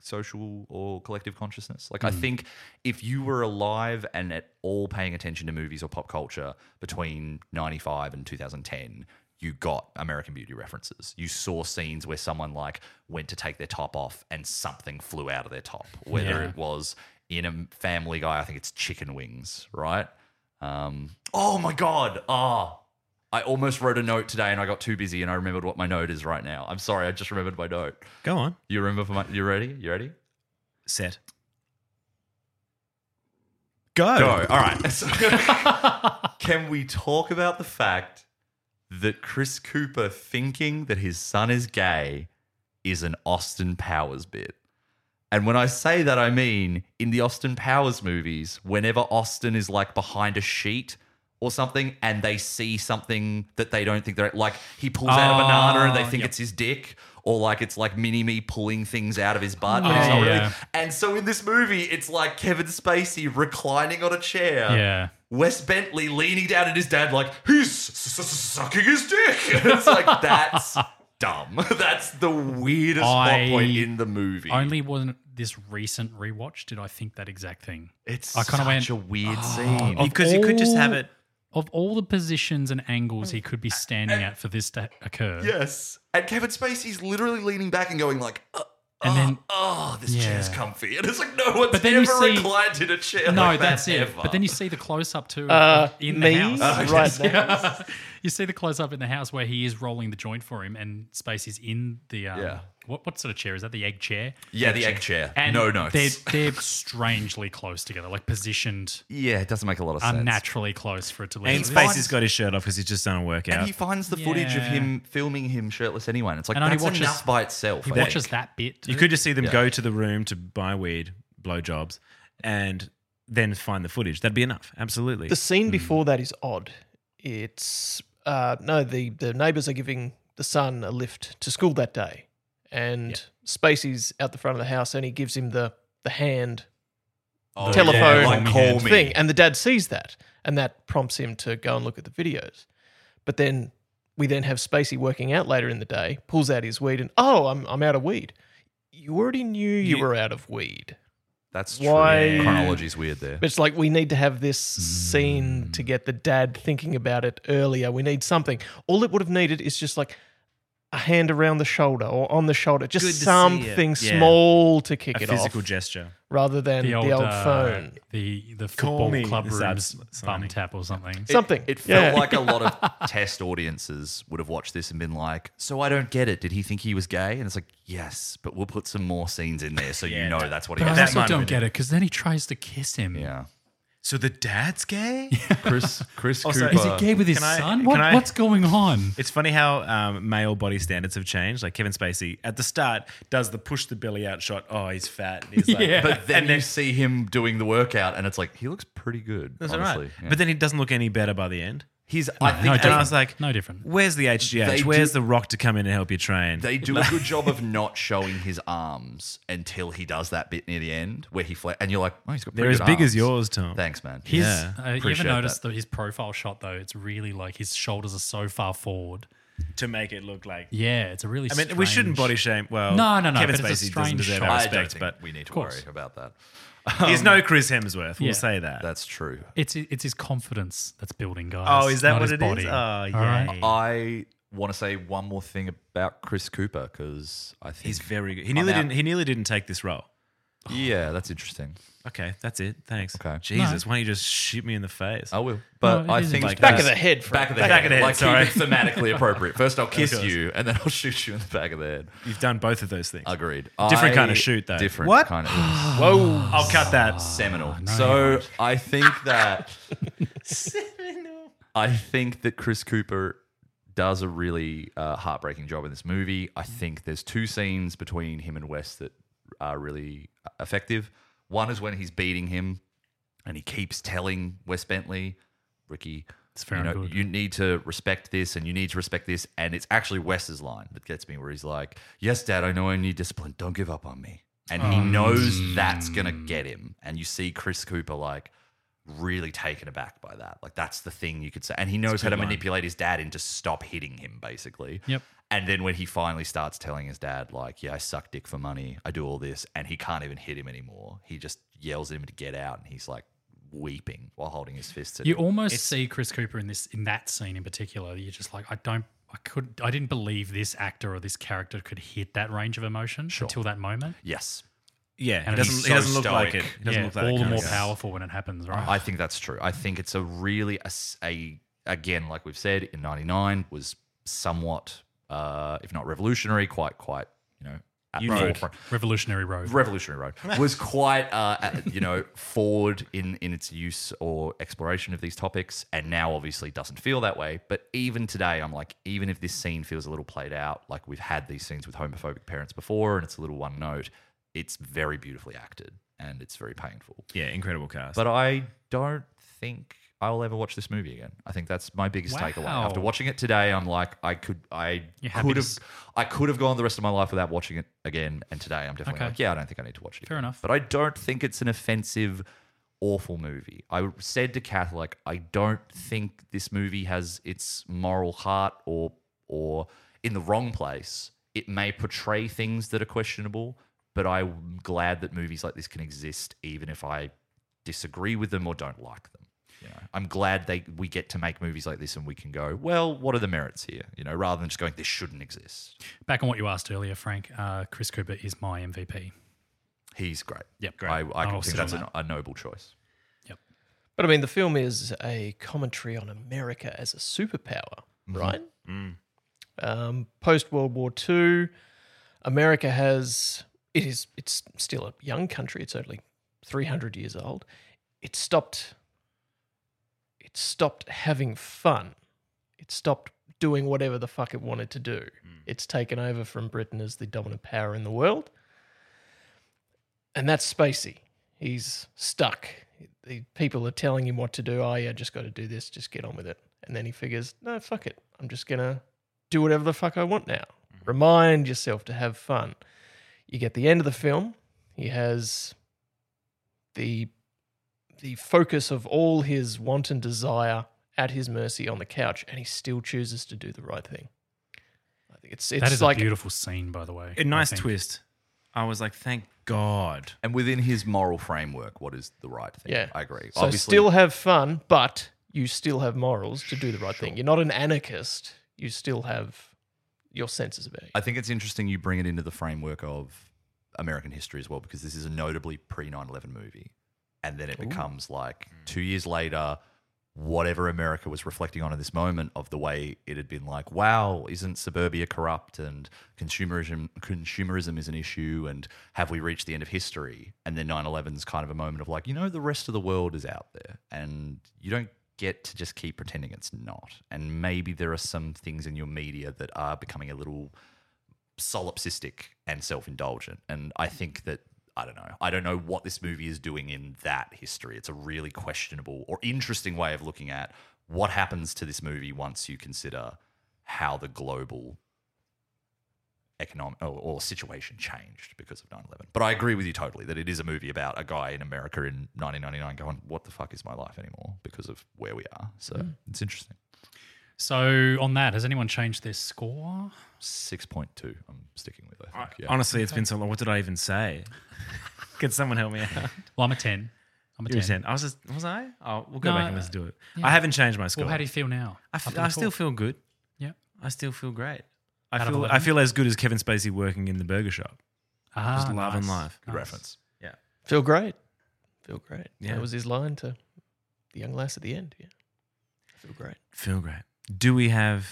S2: social or collective consciousness. Like I think if you were alive and at all paying attention to movies or pop culture between 95 and 2010, you got American Beauty references. You saw scenes where someone like went to take their top off and something flew out of their top, whether it was in a family guy, I think it's chicken wings, right? Um, oh my God. Ah, I almost wrote a note today and I got too busy and I remembered what my note is right now. I'm sorry. I just remembered my note.
S1: Go on.
S2: You remember for my, you ready? You ready?
S1: Set. Go.
S2: Go. All
S3: *laughs*
S2: right. So- *laughs* can we talk about the fact that Chris Cooper thinking that his son is gay is an Austin Powers bit? And when I say that, I mean in the Austin Powers movies, whenever Austin is like behind a sheet or something and they see something that they don't think they're like, he pulls out a banana and they
S3: Oh,
S2: think
S3: yep.
S2: it's his dick. Or like it's like mini me pulling things out of his butt, but
S3: Yeah,
S2: it's not
S3: Oh, yeah.
S2: really. And so in this movie, it's like Kevin Spacey reclining on a chair,
S1: Uh,
S3: Yeah.
S2: Wes Bentley leaning down at his dad, like, he's s- s- sucking his dick. *laughs* it's like,
S3: *laughs*
S2: that's dumb. *laughs* That's the weirdest
S3: I
S2: plot point in the movie.
S3: Only wasn't this recent rewatch did I think that exact thing.
S2: it's
S3: I
S2: such
S3: kinda went, "Ah,
S2: a weird scene.
S3: of
S1: Because you could just have
S3: all-
S1: it.
S3: Of all the positions and angles he could be
S2: Mm.
S3: standing at for this to occur,
S2: yes. And Kevin Spacey's literally leaning back and going, like, uh,
S3: And
S2: and
S3: then-
S2: then, oh, this
S3: Yeah.
S2: chair's comfy. And it's like, no one's
S3: But then you
S2: ever
S3: see-
S2: reclined in a chair.
S3: No,
S2: Oh. like that
S3: that's it.
S2: ever.
S3: But then you see the close up too
S4: Uh,
S3: in
S4: me
S2: Oh,
S3: the house.
S4: right now.
S3: *laughs* yeah. You see the close up in the house where he is rolling the joint for him, and Spacey's in the um,
S2: Yeah.
S3: What what sort of chair is that? The egg chair.
S2: Yeah, the egg chair.
S3: And
S2: no notes.
S3: They're they're strangely close together, like positioned
S2: yeah, it doesn't make a lot of sense.
S3: unnaturally close for it to leave.
S1: And Spacey's got his shirt off because he's just done a workout.
S2: And he finds the footage of
S3: Yeah.
S2: him filming him shirtless anyway. And it's like,
S3: And only
S2: that's
S3: watches-
S2: enough by itself. eh?
S3: He
S2: I think.
S3: watches that bit.
S1: You
S3: too.
S1: could just see them go to the room to buy weed, blowjobs, and then find the footage. That'd be enough. Absolutely.
S4: The scene
S2: Hmm.
S4: before that is odd. It's uh, no, the the neighbors are giving the son a lift to school that day, and Spacey's out the front of the house, and he gives him the the hand
S2: Oh,
S4: telephone
S2: yeah, like, call me.
S4: thing, and the dad sees that, and that prompts him to go and look at the videos. But then we then have Spacey working out later in the day, pulls out his weed, and oh, I'm I'm out of weed. You already knew you,
S2: You-
S4: were out of weed.
S2: That's
S4: Why-
S2: true. Chronology's weird there.
S4: But it's like we need to have this scene
S1: Mm.
S4: to get the dad thinking about it earlier. We need something. All it would have needed is just like a hand around the shoulder or on the shoulder, just
S1: Good to see
S4: something
S1: it. Yeah.
S4: small to kick
S1: a
S4: it
S1: physical
S4: off,
S1: gesture.
S4: rather than the old,
S3: uh,
S4: phone.
S3: the the
S1: Call
S3: football
S1: me.
S3: club
S1: It's
S3: room's
S1: abs-
S3: bum
S1: something.
S3: tap or something.
S2: It-
S4: Something.
S2: It, felt
S4: Yeah.
S2: like a lot
S4: *laughs*
S2: of test audiences would have watched this and been like, "So I don't get it. Did he think he was gay?" And it's like, "Yes, but we'll put some more scenes in there so
S1: Yeah,
S2: you know
S1: that-
S2: that's what he
S3: But
S2: was."
S3: I
S1: that might
S3: also
S1: have
S3: don't
S1: been
S3: get it because then he tries to kiss him.
S2: yeah.
S1: So the dad's gay?
S2: Chris *laughs* Chris
S1: Also-
S2: Cooper.
S1: Cooper-
S3: Is he gay with his
S1: Can I-
S3: son?
S1: can
S3: What,
S1: I-
S3: what's going on?
S1: It's funny how um, male body standards have changed. Like Kevin Spacey at the start does the push the belly out shot. Oh, he's fat.
S3: *laughs*
S1: And he's like,
S3: Yeah.
S2: But then
S1: and then-
S2: you see him doing the workout, and it's like he looks pretty good.
S1: That's all right.
S2: *laughs* honestly. Yeah.
S1: But then he doesn't look any better by the end.
S2: he's, I
S3: no,
S2: think,
S1: And I
S2: they,
S1: was like,
S3: No different.
S1: Where's the HGH?
S2: They
S1: Where's
S2: do-
S1: the rock to come in and help you train?
S2: they
S1: *laughs*
S2: do a good job of not showing his arms until he does that bit near the end where he flat, and you're like, "Oh, he's got."
S1: They're
S2: pretty
S1: as
S2: good
S1: big as
S2: arms."
S1: yours, Tom.
S2: Thanks, man.
S3: His,
S1: Yeah,
S3: uh, you ever
S2: appreciate
S3: noticed that. his profile shot though? It's really like his shoulders are so far forward.
S1: to make it look like.
S3: Yeah, it's a really.
S1: I mean, we shouldn't body shame. Well,
S3: No, no, no,
S1: Kevin
S3: but it's a
S1: Spacey doesn't
S3: strange
S1: deserve
S3: shot.
S1: our
S2: I don't
S1: respect,
S2: think
S1: but
S2: we need to worry
S3: course.
S2: about that.
S1: he's no Chris Hemsworth. We'll
S3: yeah.
S1: say that.
S2: That's true.
S3: It's it's his confidence that's building, guys.
S1: Oh, is that
S3: not
S1: what
S3: his
S1: it is?
S3: body.
S1: Oh,
S3: All
S1: yeah.
S3: right.
S2: I want to say one more thing about Chris Cooper because I think
S1: He's very good. He nearly
S2: out.
S1: didn't. He nearly didn't take this role.
S2: yeah, that's interesting.
S1: Okay, that's it. Thanks.
S2: Okay. Oh.
S1: Jesus, why don't you just shoot me in the face?
S2: I will, but
S3: No, it
S2: I
S3: is
S2: think
S3: interesting.
S4: Back
S2: that's-
S4: of the head, Frank.
S2: back of the
S4: Back
S2: head,
S1: of the head,
S2: like
S1: sorry.
S2: keep it thematically appropriate. First, I'll kiss
S1: course.
S2: you, and then I'll shoot you in the back of the head.
S1: You've done both of those things.
S2: Agreed.
S1: Different
S2: I-
S1: kind of shoot, though.
S2: Different
S1: What?
S2: kind of
S1: Whoa! I'll cut that.
S2: seminal.
S3: no,
S2: so I think that I think that Chris Cooper does a really uh, heartbreaking job in this movie. I think there's two scenes between him and West that are really uh, effective. One is when he's beating him, and he keeps telling Wes Bentley, Ricky,
S3: It's fair
S2: you,
S3: and
S2: know,
S3: good.
S2: you need to respect this, and you need to respect this. And it's actually Wes's line that gets me, where he's like, "Yes, Dad, I know I need discipline. Don't give up on me." And
S3: Oh.
S2: he knows that's gonna get him. And you see Chris Cooper like really taken aback by that. Like that's the thing you could say. And he knows how to manipulate his dad into stop hitting him, basically.
S3: Yep.
S2: And then when he finally starts telling his dad, like, yeah, I suck dick for money, I do all this, and he can't even hit him anymore. He just yells at him to get out and he's like weeping while holding his fists at
S3: You
S2: him.
S3: almost see Chris Cooper in this in that scene in particular. You're just like, I don't, I could, I didn't believe this actor or this character could hit that range of emotion until that moment.
S2: Yes.
S1: Yeah, he
S3: And
S1: doesn't.
S3: he's
S1: he
S2: so
S1: doesn't look like it.
S2: stoic.
S1: He doesn't
S3: yeah,
S1: look like that
S3: all the
S1: kind of
S3: more
S1: guy.
S3: powerful when it happens, right?
S2: I think that's true. I think it's a really a, s- a- again, like we've said, in '99 was somewhat, uh, if not revolutionary, quite quite you know at the
S1: Unique.
S2: forefront.
S3: Revolutionary Road.
S2: Revolutionary Road was quite, uh, at- you know, forward in in its use or exploration of these topics, and now obviously doesn't feel that way. But even today, I'm like, even if this scene feels a little played out, like we've had these scenes with homophobic parents before, and it's a little one note, it's very beautifully acted and it's very painful.
S1: Yeah, incredible cast.
S2: But I don't think I'll ever watch this movie again. I think that's my biggest
S3: Wow.
S2: takeaway. After watching it today, I'm like, I could, I
S3: You're happy
S2: could
S3: to
S2: have,
S3: s-
S2: I could have gone the rest of my life without watching it again. And today, I'm definitely
S3: Okay.
S2: like, yeah, I don't think I need to watch it.
S3: Fair
S2: again.
S3: enough.
S2: But I don't think it's an offensive, awful movie. I said to Kath, like, I don't think this movie has its moral heart or or in the wrong place. It may portray things that are questionable, but I'm glad that movies like this can exist, even if I disagree with them or don't like them. You know, I'm glad they we get to make movies like this and we can go, well, what are the merits here? You know, rather than just going, this shouldn't exist.
S3: Back on what you asked earlier, Frank. Uh, Chris Cooper is my MVP.
S2: He's great.
S3: Yep.
S2: I, I
S3: I'll
S2: can
S3: sit
S2: think that's
S3: on
S2: a, a noble choice.
S4: But I mean, the film is a commentary on America as a superpower. right?
S1: Mm.
S4: Um, Post World War II, America has it is it's still a young country. It's only three hundred years old. It stopped. It stopped having fun. It stopped doing whatever the fuck it wanted to do. It's taken over from Britain as the dominant power in the world, and that's Spacey. He's stuck. The people are telling him what to do. Oh yeah, just got to do this. Just get on with it. And then he figures, no, fuck it. I'm just gonna do whatever the fuck I want now.
S3: Mm-hmm.
S4: Remind yourself to have fun. You get the end of the film. He has the the focus of all his wanton desire at his mercy on the couch, and he still chooses to do the right thing. I think it's it's
S3: that is
S4: like
S3: a beautiful scene, by the way.
S1: A nice
S3: I think.
S1: twist. I was like, thank God.
S2: And within his moral framework, what is the right thing?
S4: Yeah.
S2: I agree.
S4: so still have fun, but you still have morals to do the right thing. You're not an anarchist. You still have your senses about you.
S2: I think it's interesting you bring it into the framework of American history as well, because this is a notably pre 9 11 movie. And then it becomes like two years later, whatever America was reflecting on in this moment of the way it had been like, wow, isn't suburbia corrupt and consumerism, consumerism is an issue? And have we reached the end of history? And then 9 11 is kind of a moment of like, you know, the rest of the world is out there and you don't get to just keep pretending it's not. And maybe there are some things in your media that are becoming a little solipsistic and self-indulgent and i think that i don't know i don't know what this movie is doing in that history it's a really questionable or interesting way of looking at what happens to this movie once you consider how the global economic or, or situation changed because of 9-11 but i agree with you totally that it is a movie about a guy in america in 1999 going what the fuck is my life anymore because of where we are so it's interesting
S3: So on that, has anyone changed their score?
S2: 6.2 i'm sticking with i think yeah
S1: Honestly, it's been so long. What did I even say? *laughs* Can someone help me
S3: *laughs*
S1: out?
S3: Well, I'm a ten. I'm a
S1: You were
S3: ten.
S1: saying- I was just, was I? Oh, we'll go
S3: No,
S1: back and
S3: uh,
S1: let's do it. I haven't changed my score.
S3: Well, how do you feel now?
S1: I,
S3: Up
S1: f-
S3: in
S1: I
S3: the
S1: still
S3: court?
S1: feel good.
S3: Yeah.
S1: I still feel great. I
S3: Out of
S1: feel, I
S3: 11?
S1: feel as good as Kevin Spacey working in the burger shop.
S3: Ah,
S1: Just love and life.
S2: good reference
S1: Yeah.
S4: Feel great. Feel great.
S1: Yeah.
S4: That was his line to the young lass at the end. Yeah. Feel great.
S1: Feel great. Do we have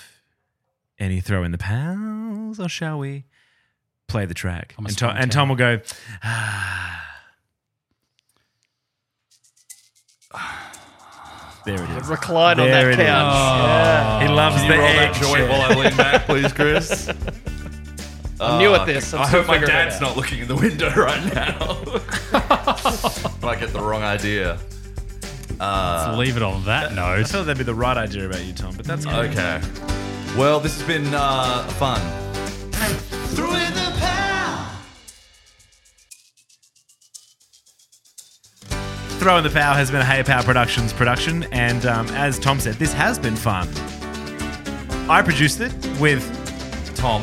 S1: any throw in the pals or shall we play the track?
S3: I'm a
S1: And, Tom,
S3: strong
S1: and Tom will go, ah. *sighs* There it is. Oh,
S4: Recline on
S1: There
S4: that
S1: it is.
S4: couch.
S1: He
S4: Yeah.
S1: loves the egg.
S2: joint while I lean back, please, Chris.
S4: I'm new at this. I'm
S2: I
S4: still
S2: hope my
S4: figuring it
S2: dad's
S4: out.
S2: not looking in the window right now. *laughs* Might get the wrong idea.
S3: Let's leave it on
S1: *laughs*
S3: that
S1: I
S3: note.
S1: thought that'd be the right idea about you, Tom, but that's good.
S2: Okay. Well, this has been uh, fun. Through in the pal.
S1: Throw in the Power has been a Hey Power Productions production, and um, as Tom said, this has been fun. I produced it with Tom.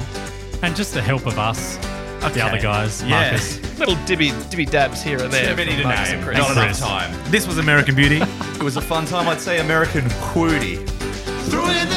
S3: And just the help of us,
S1: Okay.
S3: the other guys,
S1: Yeah.
S3: Marcus.
S4: Little dibby, dibby dabs here and there.
S2: Too many
S4: from
S2: to
S4: Marcus and
S2: name.
S4: Chris.
S2: Not enough
S3: Chris.
S2: time.
S1: This was American Beauty.
S2: It was a fun time. I'd say American Quooty. Through in the